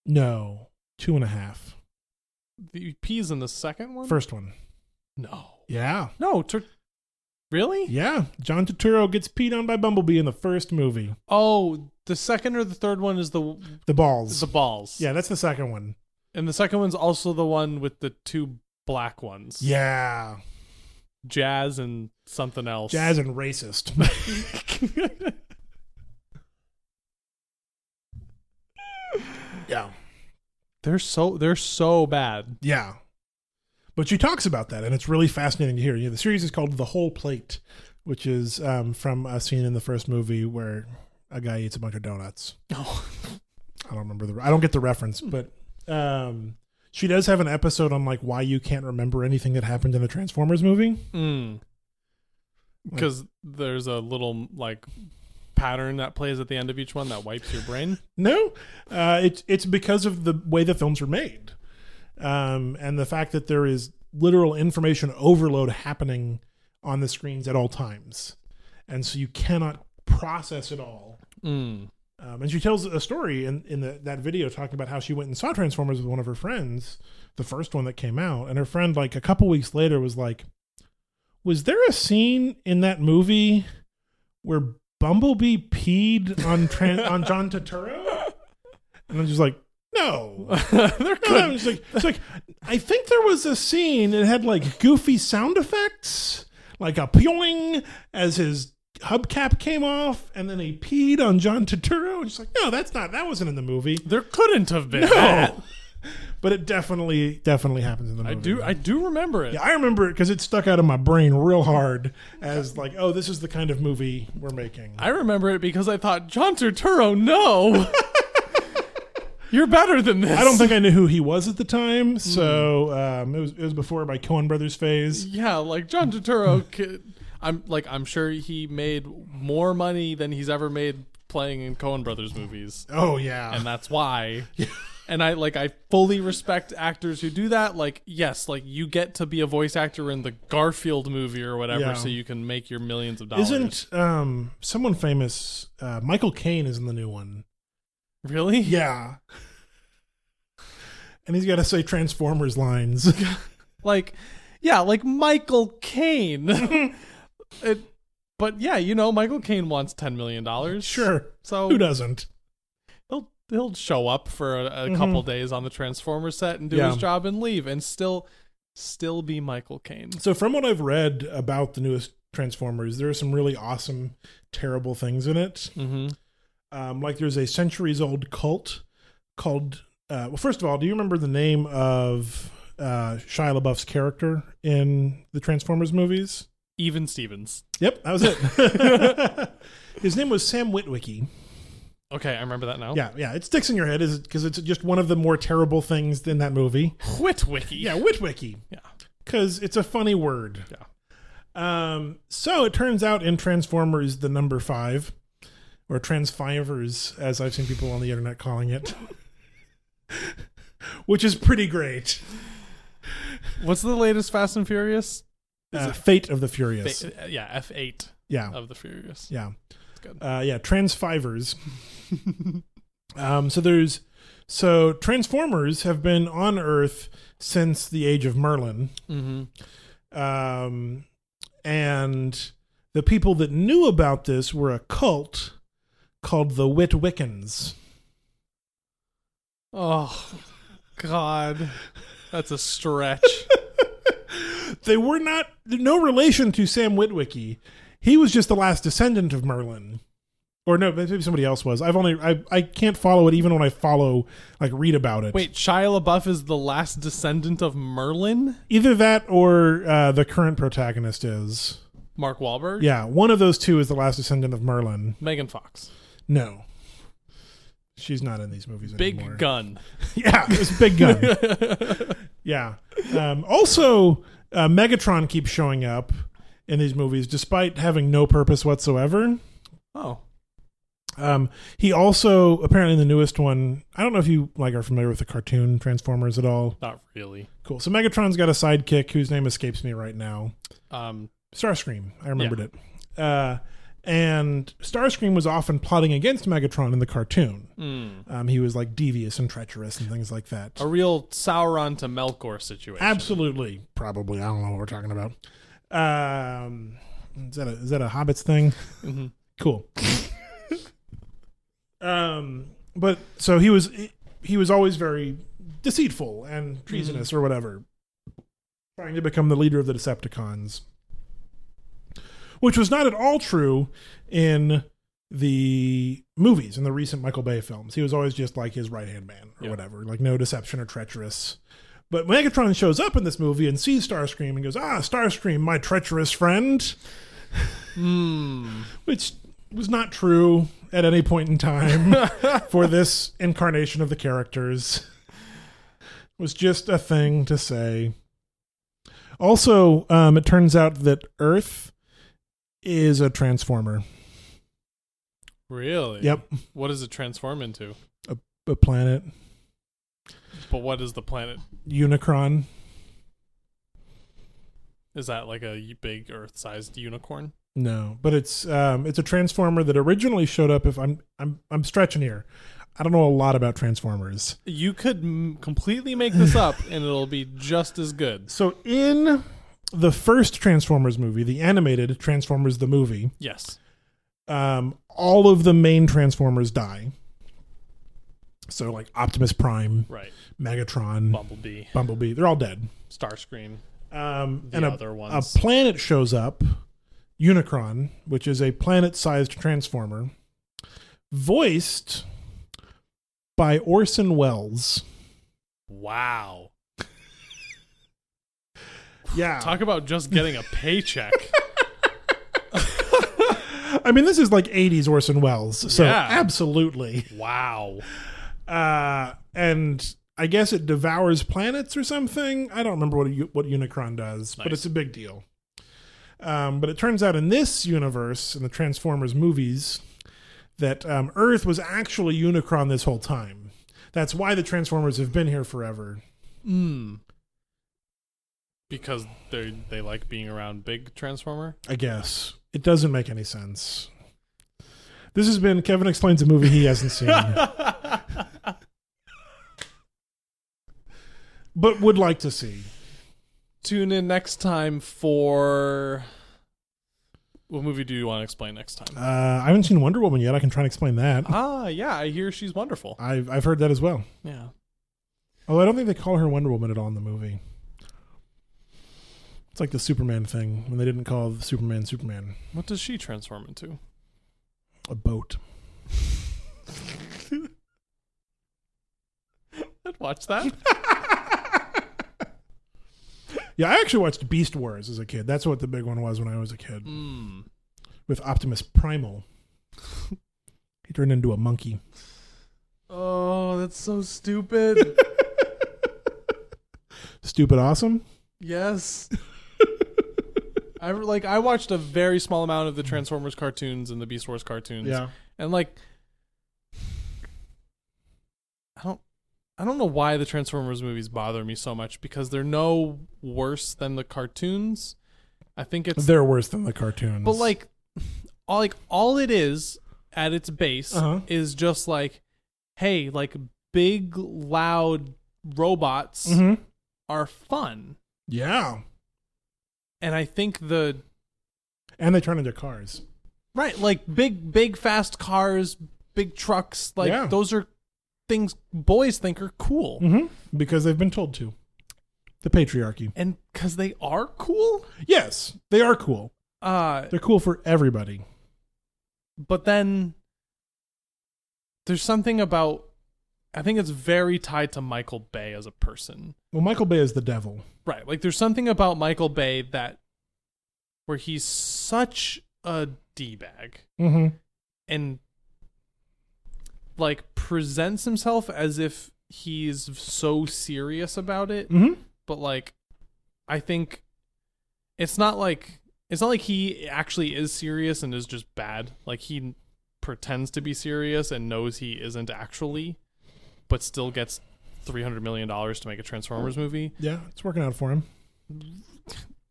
no, two and a half. The P's in the second one? First one, no. yeah, No. Tur- really? yeah. John Turturro gets peed on by Bumblebee in the first movie. Oh, the second or the third one is the The balls, the balls. yeah, that's the second one. And the second one's also the one with the two black ones. Yeah, Jazz and something else. jazz and racist. yeah, they're so they're so bad. Yeah. But she talks about that, and it's really fascinating to hear. You know, the series is called The Whole Plate, which is um, from a scene in the first movie where a guy eats a bunch of donuts. Oh. I don't remember the. I don't get the reference, but um, she does have an episode on like why you can't remember anything that happened in the Transformers movie. Because Mm. there's a little like pattern that plays at the end of each one that wipes your brain. No, uh, it's it's because of the way the films are made, um, and the fact that there is literal information overload happening on the screens at all times, and so you cannot process it all. Mm. Um, and she tells a story in, in the, that video talking about how she went and saw Transformers with one of her friends, the first one that came out. And her friend, like a couple weeks later, was like, Was there a scene in that movie where Bumblebee peed on, tran- on John Turturro? And I'm just like, No. They're No, no, good. it's like, it's like, I think there was a scene that had like goofy sound effects, like a peeling as his hubcap came off, and then he peed on John Turturro. And she's like, no, that's not, that wasn't in the movie. There couldn't have been. that. No. but it definitely, definitely happens in the I movie. do. I do remember it. Yeah, I remember it because it stuck out of my brain real hard as like, oh, this is the kind of movie we're making. I remember it because I thought John Turturro. No, you're better than this. I don't think I knew who he was at the Hmm. time, so um, it was it was before my Coen Brothers phase. Yeah, like John Turturro. could, I'm like I'm sure he made more money than he's ever made playing in Coen Brothers movies, Oh yeah, and that's why. And I like I fully respect actors who do that. Like yes, like you get to be a voice actor in the Garfield movie or whatever, Yeah. so you can make your millions of dollars. Isn't um someone famous? Uh, Michael Caine is in the new one. really? Yeah, and he's got to say Transformers lines. like yeah like michael caine it, but yeah you know michael caine wants 10 million dollars sure, so who doesn't? he'll he'll show up for a, a couple days on the transformers set and do Mm-hmm. Yeah. his job and leave and still still be michael caine So from what I've read about the newest Transformers, there are some really awesome, terrible things in it. mm-hmm. Um, like there's a centuries-old cult called. Uh, well, first of all, do you remember the name of uh, Shia LaBeouf's character in the Transformers movies? even stevens Yep, that was it. His name was Sam Witwicky. okay i remember that now Yeah, yeah, it sticks in your head is because it's just one of the more terrible things in that movie. witwicky Yeah, Witwicky. Yeah. because it's a funny word. Yeah. Um. So it turns out in Transformers, the number five, or Transfivers, as I've seen people on the internet calling it, which is pretty great. what's the latest fast and furious Uh, Fate of the Furious. Fa- uh, yeah f8 Yeah. of the furious Yeah. good. Uh, yeah, Transfivers. um, so there's so Transformers have been on Earth since the age of Merlin, mm-hmm. um, and the people that knew about this were a cult called the Witwickens. oh god that's a stretch They were not no relation to Sam Witwicky. He was just the last descendant of Merlin. Or no, maybe somebody else was. I've only I, I can't follow it even when I follow like read about it. Wait, Shia LaBeouf is the last descendant of Merlin? Either that or uh, the current protagonist is. Mark Wahlberg? Yeah, one of those two is the last descendant of Merlin. Megan Fox. No. She's not in these movies Big anymore. gun. Yeah, it's Big Gun. yeah. Um, also, uh, Megatron keeps showing up in these movies despite having no purpose whatsoever. Oh. Um, he also apparently in the newest one. I don't know if you like are familiar with the cartoon Transformers at all. Not really. Cool. So Megatron's got a sidekick whose name escapes me right now. Um Starscream. I remembered it. Uh, and Starscream was often plotting against Megatron in the cartoon. mm, Um, he was like devious and treacherous and things like that. a real Sauron to Melkor situation. Absolutely, probably. I don't know what we're talking about. Um, is that a, is that a Hobbits thing? Mhm. Cool. um, but so he was he was always very deceitful Mm-hmm. and treasonous or whatever, trying to become the leader of the Decepticons, which was not at all true in the movies in the recent Michael Bay films. He was always just like his right hand man or Yeah. whatever, like no deception or treacherous. But Megatron shows up in this movie and sees Starscream and goes, "Ah, Starscream, my treacherous friend," Mm. which was not true at any point in time for this incarnation of the characters. It was just a thing to say. Also, um, it turns out that Earth is a transformer. Really? Yep, What does it transform into? a planet But what is the planet? Unicron. Is that like a big Earth-sized unicorn? No, but it's um, it's a transformer that originally showed up. If I'm I'm I'm stretching here, I don't know a lot about transformers. You could m- completely make this up, and it'll be just as good. So in the first Transformers movie, the animated Transformers the movie, Yes. um, all of the main Transformers die. So like Optimus Prime, Right. Megatron, Bumblebee, Bumblebee, they're all dead. Starscream, Um, the and a, other a ones. planet shows up, Unicron, which is a planet-sized transformer, voiced by Orson Welles. wow. Yeah, Talk about just getting a paycheck. I mean this is like '80s Orson Welles, so Yeah. absolutely. wow. Uh, and I guess it devours planets or something. I don't remember what a, u- what Unicron does, but Nice. it's a big deal. Um, but it turns out in this universe, in the Transformers movies, that um, Earth was actually Unicron this whole time. That's why the Transformers have been here forever. Mm. Because they they like being around big transformer. I guess it doesn't make any sense. This has been Kevin explains a movie he hasn't seen, but would like to see. Tune in next time for what movie do you want to explain next time? Uh, I haven't seen Wonder Woman yet. I can try and explain that. ah, yeah, I hear she's wonderful. I've I've heard that as well. Yeah. Oh, I don't think they call her Wonder Woman at all in the movie. It's like the Superman thing when they didn't call Superman Superman What does she transform into? a boat. I'd watch that. Yeah, I actually watched Beast Wars as a kid. That's what the big one was when I was a kid mm. with Optimus Primal. he turned into a monkey. Oh, that's so stupid. Stupid awesome. yes. I re- like I watched a very small amount of the Transformers cartoons and the Beast Wars cartoons. And like I don't I don't know why the Transformers movies bother me so much because they're no worse than the cartoons. I think it's They're worse than the cartoons. but like all like all it is at its base Uh-huh. is just like hey, like big loud robots Mhm. are fun. yeah, And I think the and they turn into cars. Right, like big, big, fast cars, big trucks. Like Yeah. those are things boys think are cool, Mm-hmm. Because they've been told to. The patriarchy. and because they are cool. Yes, they are cool. Uh, They're cool for everybody. but then there's something about. I think it's very tied to Michael Bay as a person. Well, Michael Bay is the devil. Right, like there's something about Michael Bay that where he's such a d bag. Mm-hmm. and like presents himself as if he's so serious about it Mm-hmm. but like i think it's not like it's not like he actually is serious and is just bad like he pretends to be serious and knows he isn't actually but still gets 300 million dollars to make a transformers movie Yeah, it's working out for him.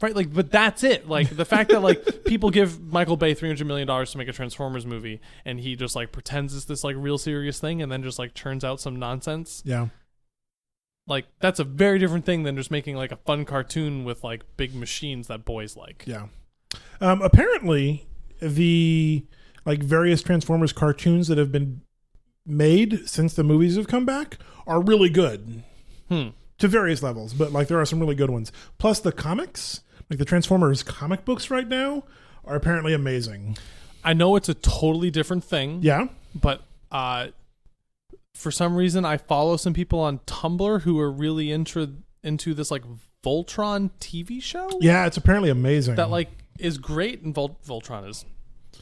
Right, like, but that's it. Like the fact that like people give Michael Bay three hundred million dollars to make a Transformers movie, and he just like pretends it's this like real serious thing, and then just like churns out some nonsense. Yeah. Like that's a very different thing than just making like a fun cartoon with like big machines that boys like. Yeah. Um, apparently, the like various Transformers cartoons that have been made since the movies have come back are really good Hmm. to various levels, but like there are some really good ones. Plus, the comics, like the Transformers comic books right now, are apparently amazing. I know it's a totally different thing, Yeah. but uh, for some reason I follow some people on Tumblr who are really into into this like Voltron TV show Yeah, it's apparently amazing. that like is great, and Vol- Voltron is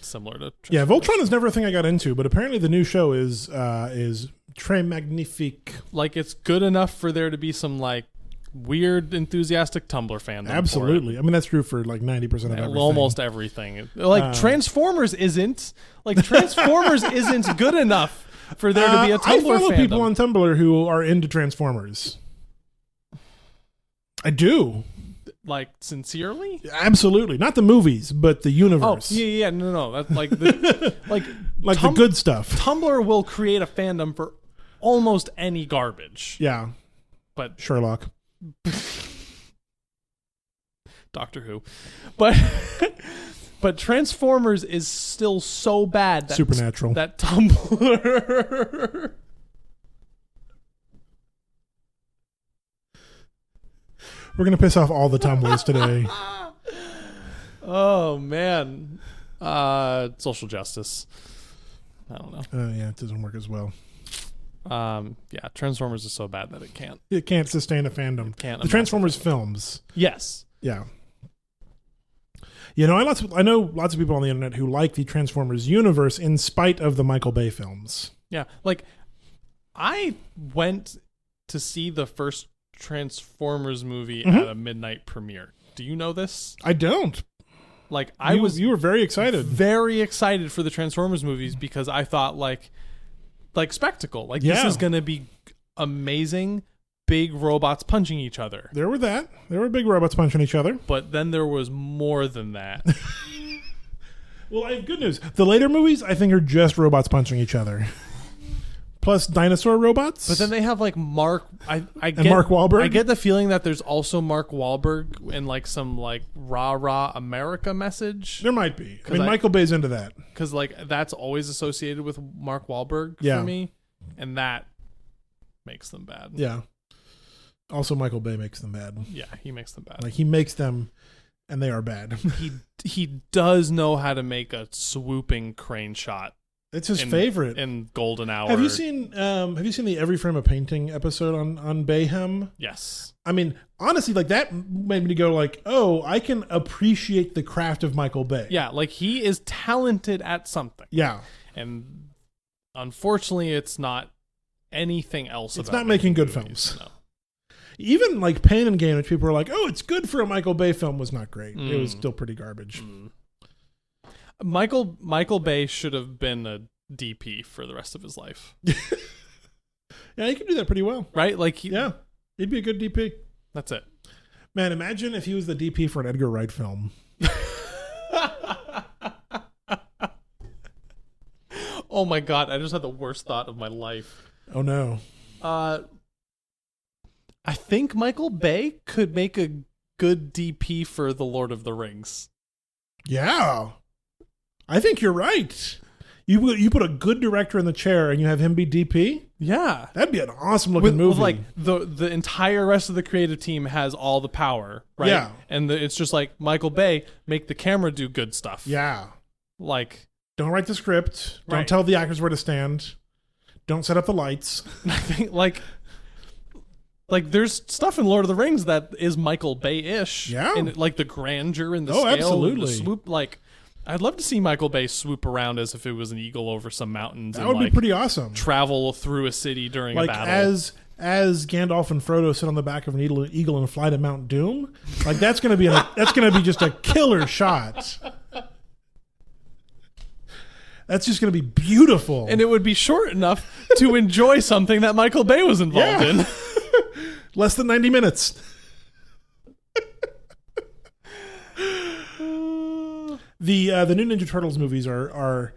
similar to yeah, Voltron is never a thing I got into, but apparently the new show is uh, is très magnifique. like it's good enough for there to be some like weird enthusiastic Tumblr fandom. for it. Absolutely. I mean, that's true for like 90% of everything. Uh. Almost everything. Like Transformers isn't like Transformers isn't good enough for there to be a Uh, I Tumblr follow fandom. people on Tumblr who are into Transformers. I do. like sincerely? Absolutely, not the movies, but the Oh, universe. yeah, yeah, no, no, that's like the, like like Tum- the good stuff. Tumblr will create a fandom for almost any garbage, Yeah, but Sherlock. Doctor Who, but but Transformers is still so bad that Supernatural. that Tumblr. We're gonna piss off all the tumblers today. oh man, uh, social justice. I don't know. Uh, yeah, it doesn't work as well. Um, yeah, Transformers is so bad that it can't. It can't sustain a fandom. Can't The Transformers films. Yes. Yeah. You know, I lots of, I know lots of people on the internet who like the Transformers universe in spite of the Michael Bay films. Yeah. Like, I went to see the first Transformers movie Mm-hmm. at a midnight premiere. Do you know this? I don't. Like, I I you, was was you were very excited. very excited for the Transformers movies because I thought like like spectacle. Like Yeah. this is going to be amazing big robots punching each other. There were that. There were big robots punching each other. But then there was more than that. Well, I have good news. The later movies, I think, are just robots punching each other. Plus dinosaur robots. But then they have like Mark I I get Mark Wahlberg? I get the feeling that there's also Mark Wahlberg and like some like rah rah America message there might be. I mean, I- Michael Bay's into that. cuz like that's always associated with Mark Wahlberg Yeah. for me and that makes them bad. Yeah. Also, Michael Bay makes them bad. Yeah, he makes them bad. Like he makes them, and they are bad. he he does know how to make a swooping crane shot It's his in- favorite. in golden hour. Have you seen um have you seen the every frame a painting episode on on Bayhem? Yes. I mean, honestly, like that made me go like, "Oh, I can appreciate the craft of Michael Bay." Yeah, like he is talented at something, Yeah. and unfortunately, it's not anything else. It's about not making good movies, films. Even like Pain and Gain, which people were like, "Oh, it's good for a Michael Bay film," was not great. It was Mm. still pretty garbage. no. Michael Michael Bay should have been a DP for the rest of his life, Yeah, he could do that pretty well. right? Like, he, Yeah. He'd be a good DP. that's it. Man, imagine if he was the DP for an Edgar Wright film. Oh my god, I just had the worst thought of my life. Oh no. Uh, I think Michael Bay could make a good DP for The Lord of the Rings. Yeah. I think you're right. You put- you put a good director in the chair and you have him be DP? Yeah. That'd be an awesome looking With, movie. with like the the entire rest of the creative team has all the power, right? Yeah. And the, it's just like Michael Bay make the camera do good stuff. yeah. Like Don't write the script. Don't Right. tell the actors where to stand. Don't set up the lights. I think like like there's stuff in Lord of the Rings that is Michael Bay ish. Yeah. And like the grandeur and the Oh, scale and the absolutely. swoop like I'd love to see Michael Bay swoop around as if it was an eagle over some mountains That and would like be pretty awesome. travel through a city during Like a battle. as as Gandalf and Frodo sit on the back of an eagle, eagle and fly to Mount Doom, like that's gonna be a, that's gonna be just a killer shot. That's just gonna be beautiful. and it would be short enough to enjoy something that Michael Bay was involved Yeah. in. Less than ninety minutes. the uh, the new Ninja Turtles movies are are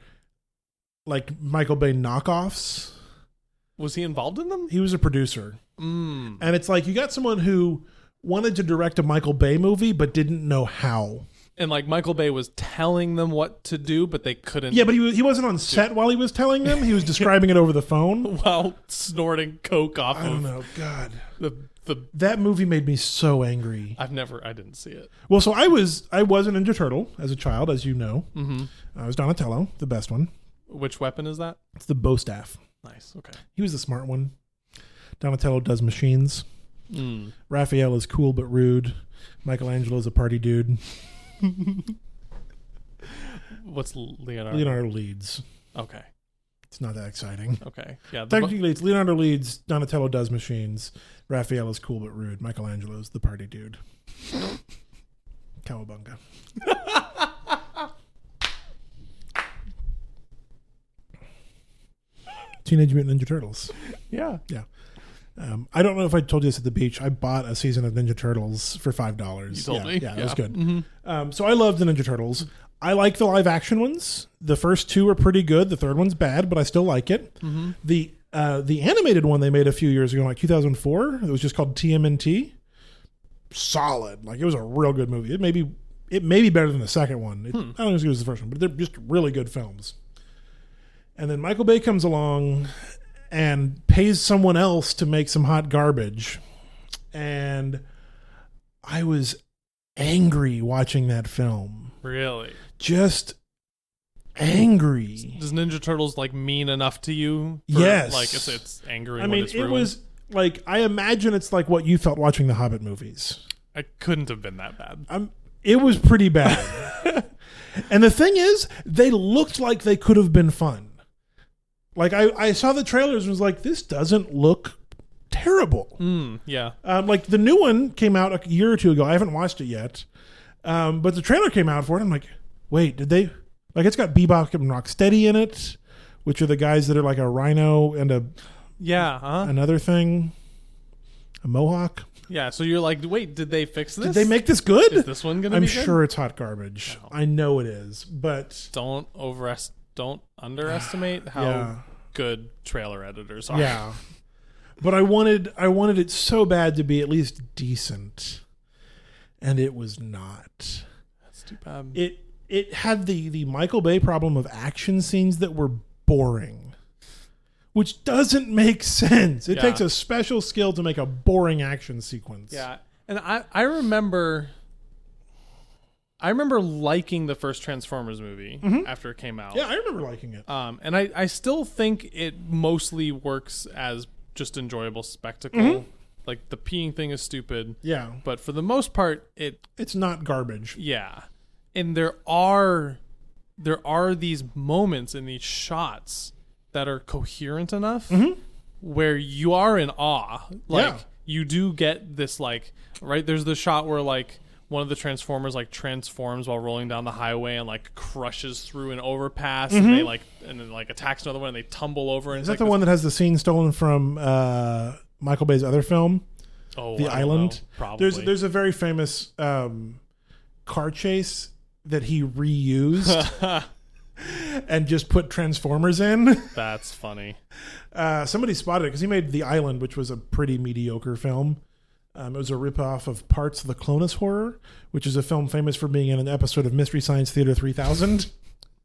like Michael Bay knockoffs. Was he involved in them? He was a producer, Mm. and it's like you got someone who wanted to direct a Michael Bay movie but didn't know how. And like Michael Bay was telling them what to do, but they couldn't. Yeah, but he was, he wasn't on set while he was telling them. He was describing it over the phone. While snorting coke off I don't of know. God, the the. that movie made me so angry. I've never. I didn't see it. Well, so I was I was an Ninja Turtle as a child, as you know. Mm-hmm. I was Donatello, the best one. Which weapon is that? It's the bow staff. Nice. Okay. He was the smart one. Donatello does machines. Mm. Raphael is cool but rude. Michelangelo is a party dude. What's Leonardo? Leonardo leads. Okay. It's not that exciting. Okay. Yeah. The, bu- Technically, it's Leonardo leads. Donatello does machines. Raphael is cool but rude. Michelangelo is the party dude. Cowabunga. Teenage Mutant Ninja Turtles. yeah. Yeah. Um, I don't know if I told you this at the beach. I bought a season of Ninja Turtles for five dollars. You told yeah, me. Yeah, that was Yeah. Mm-hmm. good. Um, so I loved the Ninja Turtles. I like the live action ones. The first two are pretty good. The third one's bad, but I still like it. Mm-hmm. The uh, the animated one they made a few years ago, like 2004, it was just called TMNT. Solid. Like it was a real good movie. It may be it may be better than the second one. Hmm. It, I don't think as good as the first one, but they're just really good films. And then Michael Bay comes along and pays someone else to make some hot garbage. And I was angry watching that film. Really? Just angry. Does Ninja Turtles like mean enough to you? Yes. Like it's, it's angry. I when mean, it's it ruined? was like I imagine it's like what you felt watching the Hobbit movies. It couldn't have been that bad. I'm, it was pretty bad. and the thing is, they looked like they could have been fun. Like I, I saw the trailers and was like, this doesn't look terrible. Mm, yeah. Um, like the new one came out a year or two ago. I haven't watched it yet, um, but the trailer came out for it. I'm like, wait, did they? Like, it's got Bebop and Rocksteady in it, which are the guys that are like a rhino and a Yeah. Huh? another thing, a mohawk. Yeah. So you're like, wait, did they fix this? Did they make this good? Is this one gonna I'm be good? sure it's hot garbage. I know it is, but Don't overest. Don't underestimate how Yeah. good trailer editors are. yeah. But I wanted, I wanted it so bad to be at least decent, and it was not. That's too bad. it it had the the Michael Bay problem of action scenes that were boring, which doesn't make sense. It Yeah. takes a special skill to make a boring action sequence. Yeah, and I I remember. I remember liking the first Transformers movie after it came out. Mm-hmm. yeah, I remember liking it. Um, and I, I still think it mostly works as just enjoyable spectacle. Like the peeing thing is stupid, Mm-hmm. Yeah, but for the most part, it it's not garbage. yeah. And there are there are these moments in these shots that are coherent enough where you are in awe. Like Mm-hmm. Yeah. you do get this like right there's the shot where like one of the transformers like transforms while rolling down the highway and like crushes through an overpass and they like and then like attacks another one and they tumble over and Mm-hmm. Is it's that like the this- one that has the scene stolen from uh, Michael Bay's other film, oh, The I don't Island? know, probably There's there's a very famous um, car chase that he reused and just put Transformers in. that's funny Uh, somebody spotted it because he made The Island, which was a pretty mediocre film. Um, it was a ripoff of Parts of the Clonus Horror, which is a film famous for being in an episode of Mystery Science Theater 3000.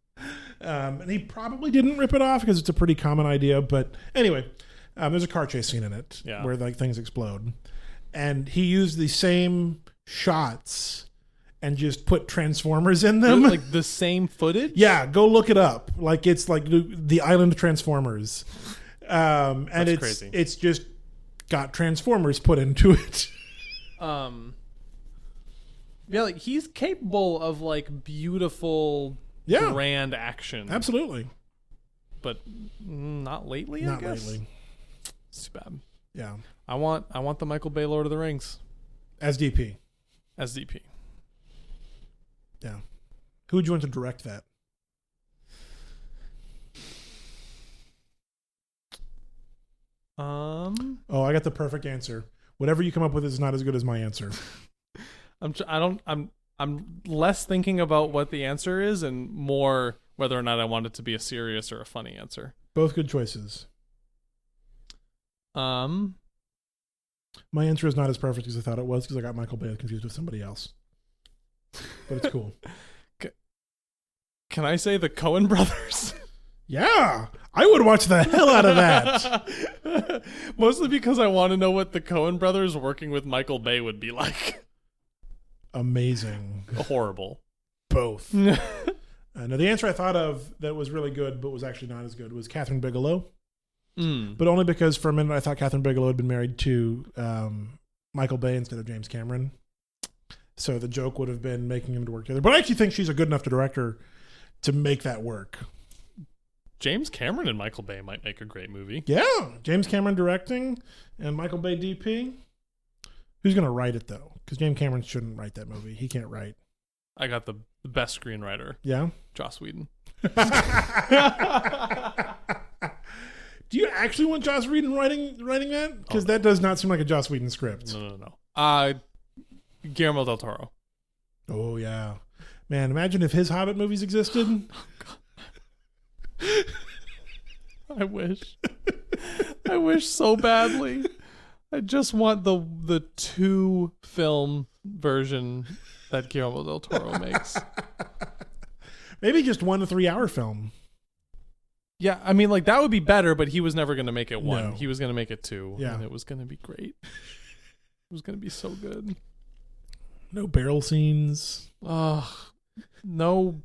um, and he probably didn't rip it off because it's a pretty common idea. But anyway, um, there's a car chase scene in it Yeah. where like things explode, and he used the same shots and just put transformers in them. like the same footage Yeah, go look it up. Like it's like the- the Island Transformers, um, and That's it's crazy. it's just got Transformers put into it. um yeah like he's capable of like beautiful Yeah. grand action Absolutely, but not lately not i guess lately. it's too bad Yeah, i want i want the michael bay lord of the rings as DP. as dp Yeah, who would you want to direct that? um Oh, I got the perfect answer. Whatever you come up with is not as good as my answer. i'm tr- i don't i'm i'm less thinking about what the answer is and more whether or not i want it to be a serious or a funny answer Both good choices. um My answer is not as perfect as I thought it was because I got Michael Bay confused with somebody else. But it's cool. can i say the cohen brothers yeah, I would watch the hell out of that. Mostly because I want to know what the Cohen brothers working with Michael Bay would be like. Amazing. Horrible. Both. mm. Uh, now, the answer I thought of that was really good, but was actually not as good, was Catherine Bigelow. But only because for a minute I thought Catherine Bigelow had been married to um, Michael Bay instead of James Cameron. So the joke would have been making them to work together. But I actually think she's a good enough director to make that work. James Cameron and Michael Bay might make a great movie. Yeah, James Cameron directing and Michael Bay DP. Who's going to write it though? Because James Cameron shouldn't write that movie. He can't write. I got the, the best screenwriter, Yeah. Joss Whedon. Do you actually want Joss Whedon writing writing that? Because that does not seem like a Joss Whedon script. No, no, no. Uh, Guillermo del Toro. Oh yeah, man! Imagine if his Hobbit movies existed. I wish. I wish so badly. I just want the the two film version that Guillermo del Toro makes. Maybe just one three hour film. Yeah, I mean, like that would be better, but he was never going to make it one. No. He was going to make it two, Yeah. and it was going to be great. It was going to be so good. No barrel scenes. Ugh, no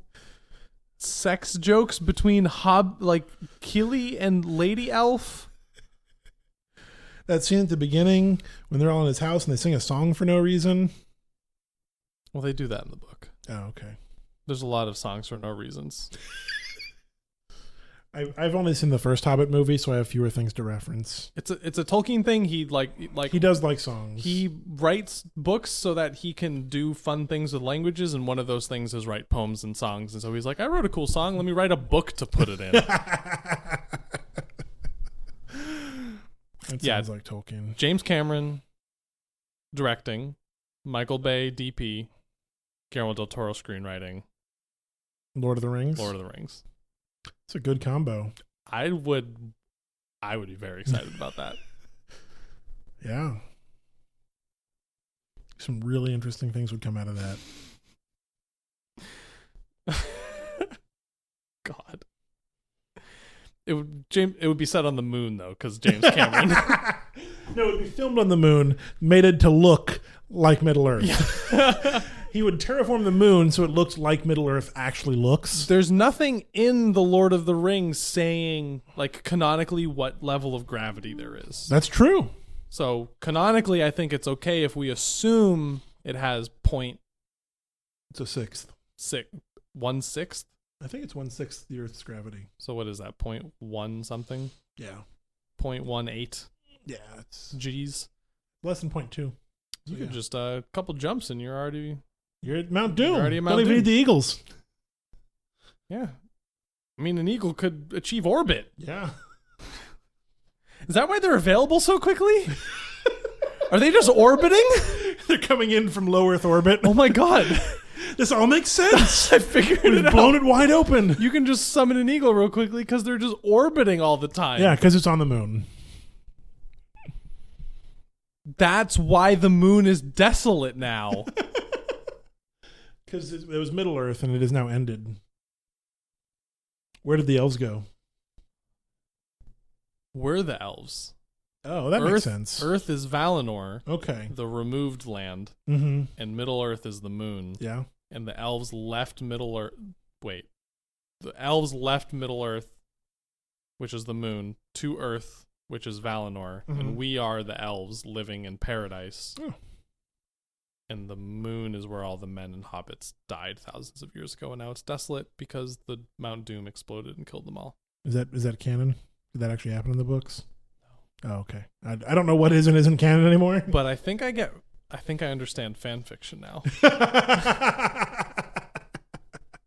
sex jokes between Hob, like Keely and Lady Elf. That scene at the beginning when they're all in his house and they sing a song for no reason. Well, they do that in the book. Oh, okay. There's a lot of songs for no reasons. I, I've only seen the first Hobbit movie, so I have fewer things to reference. It's a it's a Tolkien thing. He like like He does like songs. he writes books so that he can do fun things with languages and one of those things is write poems and songs and so he's like i wrote a cool song let me write a book to put it in That Yeah. sounds like Tolkien. james cameron directing michael bay dp guillermo del toro screenwriting Lord of the Rings. lord of the rings It's a good combo. i would i would be very excited about that Yeah. Some really interesting things would come out of that. god it would james it would be set on the moon though because james cameron no, it would be filmed on the moon, mated to look like Middle Earth. he would terraform the moon so it looked like Middle Earth actually looks. There's nothing in the Lord of the Rings saying like canonically what level of gravity there is. That's true. So canonically, I think it's okay if we assume it has point It's a sixth. six one sixth. I think it's one sixth the Earth's gravity. So what is that? Point one something? Yeah. Point one eight Yeah. It's G's. less than point two. You Yeah. could just a couple jumps and you're already You're at Mount Doom. You're already at Mount Don't even Doom. need the Eagles. yeah. I mean, an eagle could achieve orbit. Yeah. Is that why they're available so quickly? Are they just orbiting? They're coming in from low Earth orbit. Oh my god! This all makes sense. I figured it We've out. blown it wide open. You can just summon an eagle real quickly because they're just orbiting all the time. Yeah, because it's on the moon. That's why the moon is desolate now. Because it, it was Middle Earth and it is now ended. Where did the elves go? We're the elves. Oh, that Earth, makes sense. Earth is Valinor, Okay. the removed land, Mm-hmm. and Middle Earth is the moon. Yeah. And the elves left Middle Earth. Wait. The elves left Middle Earth, which is the moon, to Earth, which is Valinor. Mhm. And we are the elves living in paradise. Oh. and the moon is where all the men and hobbits died thousands of years ago, and now it's desolate because the Mount Doom exploded and killed them all. Is that is that canon? Did that actually happen in the books? Oh, okay. I, I don't know what is and isn't canon anymore. But I think I get, I think I understand fan fiction now.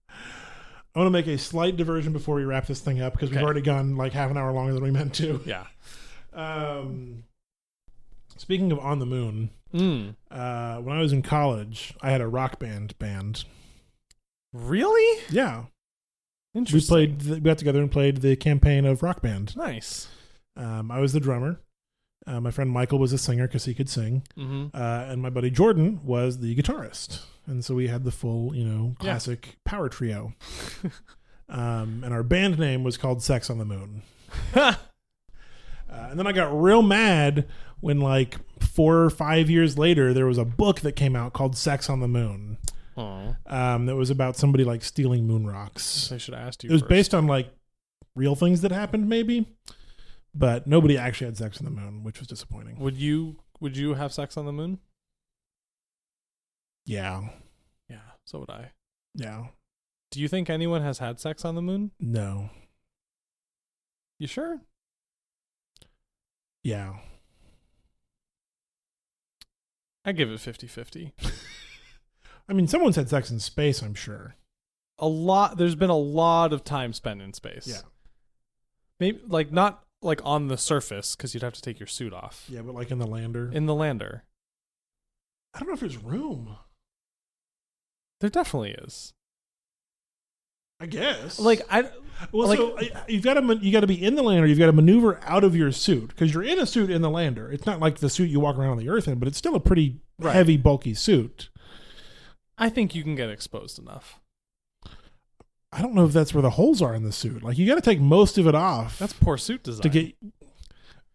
I want to make a slight diversion before we wrap this thing up because we've Okay. already gone like half an hour longer than we meant to. yeah. Um, speaking of on the moon, Mm. uh, when I was in college, I had a rock band band. Really? Yeah, we Interesting. played. The, we got together and played the campaign of Rock Band. Nice. Um, I was the drummer. Uh, my friend Michael was a singer because he could sing, Mm-hmm. uh, and my buddy Jordan was the guitarist. And so we had the full, you know, Yeah. classic power trio. um, and our band name was called Sex on the Moon. Uh, and then I got real mad when, like, four or five years later, there was a book that came out called Sex on the Moon Oh, um, that was about somebody, like, stealing moon rocks. I should have asked you. It was first. based on, like, real things that happened, maybe. But nobody actually had sex on the moon, which was disappointing. Would you Would you have sex on the moon? Yeah. Yeah. So would I. Yeah. Do you think anyone has had sex on the moon? No. You sure? Yeah. I give it 50 50. I mean, someone's had sex in space, I'm sure. A lot, there's been a lot of time spent in space. Yeah. maybe like not like on the surface because you'd have to take your suit off Yeah, but like in the lander. in the lander. I don't know if there's room. There definitely is. I guess. Like I, well, like- so I- you've got to you got to be in the lander. You've got to maneuver out of your suit because you're in a suit in the lander. It's not like the suit you walk around on the Earth in, but it's still a pretty Right. heavy, bulky suit. I think you can get exposed enough. I don't know if that's where the holes are in the suit. Like you got to take most of it off. That's poor suit design. to get.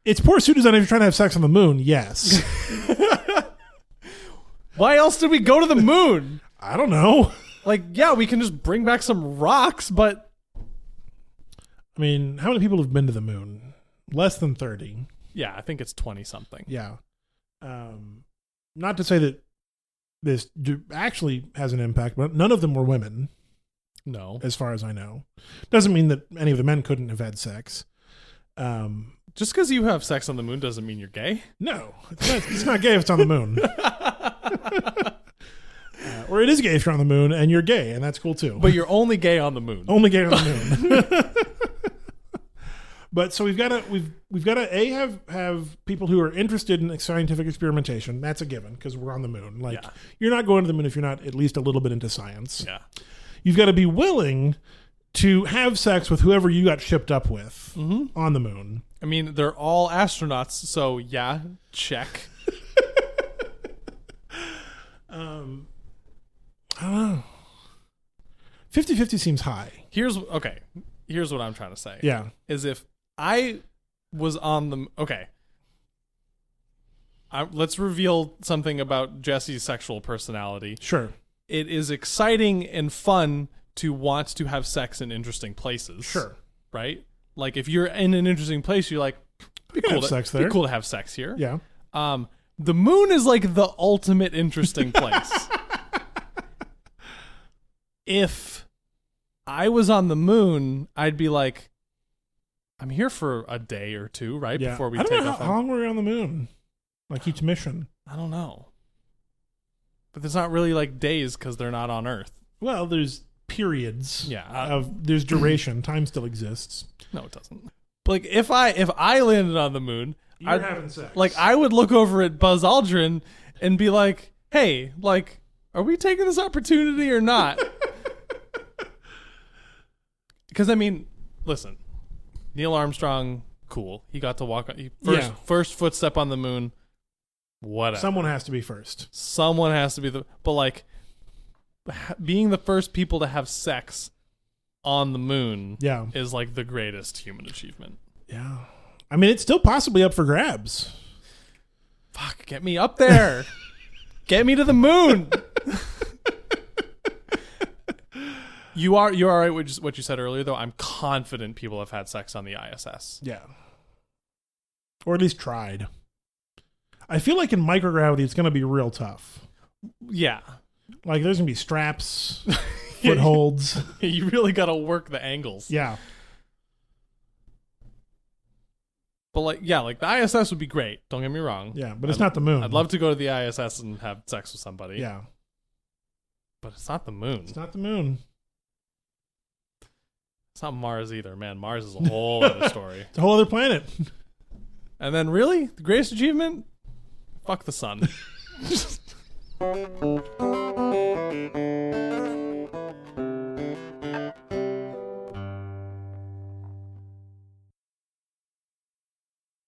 It's poor suit design if you're trying to have sex on the moon. Yes. Why else did we go to the moon? I don't know. like, yeah, we can just bring back some rocks, but I mean, how many people have been to the moon? Less than thirty. yeah, I think it's twenty something. Yeah. Um, not to say that this d- actually has an impact, but none of them were women, No, as far as I know. Doesn't mean that any of the men couldn't have had sex. Um, just because you have sex on the moon doesn't mean you're gay. no, it's not, it's not gay if it's on the moon. Uh, or it is gay if you're on the moon and you're gay, and that's cool too. But you're only gay on the moon. only gay on the moon. but so we've got to we've we've got to a have have people who are interested in scientific experimentation. That's a given because we're on the moon. Like Yeah. you're not going to the moon if you're not at least a little bit into science. Yeah. You've got to be willing to have sex with whoever you got shipped up with on the moon. I mean, they're all astronauts, so yeah, check. I don't know. 50-50 seems high. Here's okay. Here's what I'm trying to say. Yeah. Is if I was on the okay. I, let's reveal something about Jesse's sexual personality. Sure. It is exciting and fun to want to have sex in interesting places. Sure. Right? Like if you're in an interesting place, you're like, be can cool, have to, sex be there. cool to have sex here. Yeah. Um, the moon is like the ultimate interesting place. if I was on the moon, I'd be like, I'm here for a day or two, right? yeah. Before we I don't take know off. how long were we on the moon? Like each mission. I don't know. But there's not really like days because they're not on Earth. Well, there's periods. Yeah, I- of there's duration. Time still exists. No, it doesn't. But like if I if I landed on the moon, You're I'd, having sex. like I would look over at Buzz Aldrin and be like, "Hey, like, are we taking this opportunity or not?" Because I mean, listen, Neil Armstrong, cool. He got to walk on he, first Yeah. first footstep on the moon. Whatever. Someone has to be first. Someone has to be the but like ha- being the first people to have sex on the moon Yeah. is like the greatest human achievement. Yeah. I mean, it's still possibly up for grabs. fuck, get me up there. get me to the moon. you are you are right with what you said earlier though. I'm confident people have had sex on the ISS. Yeah. Or at least tried. I feel like in microgravity, it's going to be real tough. Yeah. Like there's going to be straps, footholds. You really got to work the angles. Yeah. But like yeah, like the ISS would be great. Don't get me wrong. Yeah. But it's not the moon. I'd love to go to the ISS and have sex with somebody. Yeah. But it's not the moon. It's not the moon. It's not Mars either, man. Mars is a whole other story. It's a whole other planet. And then really, the greatest achievement? Fuck the sun.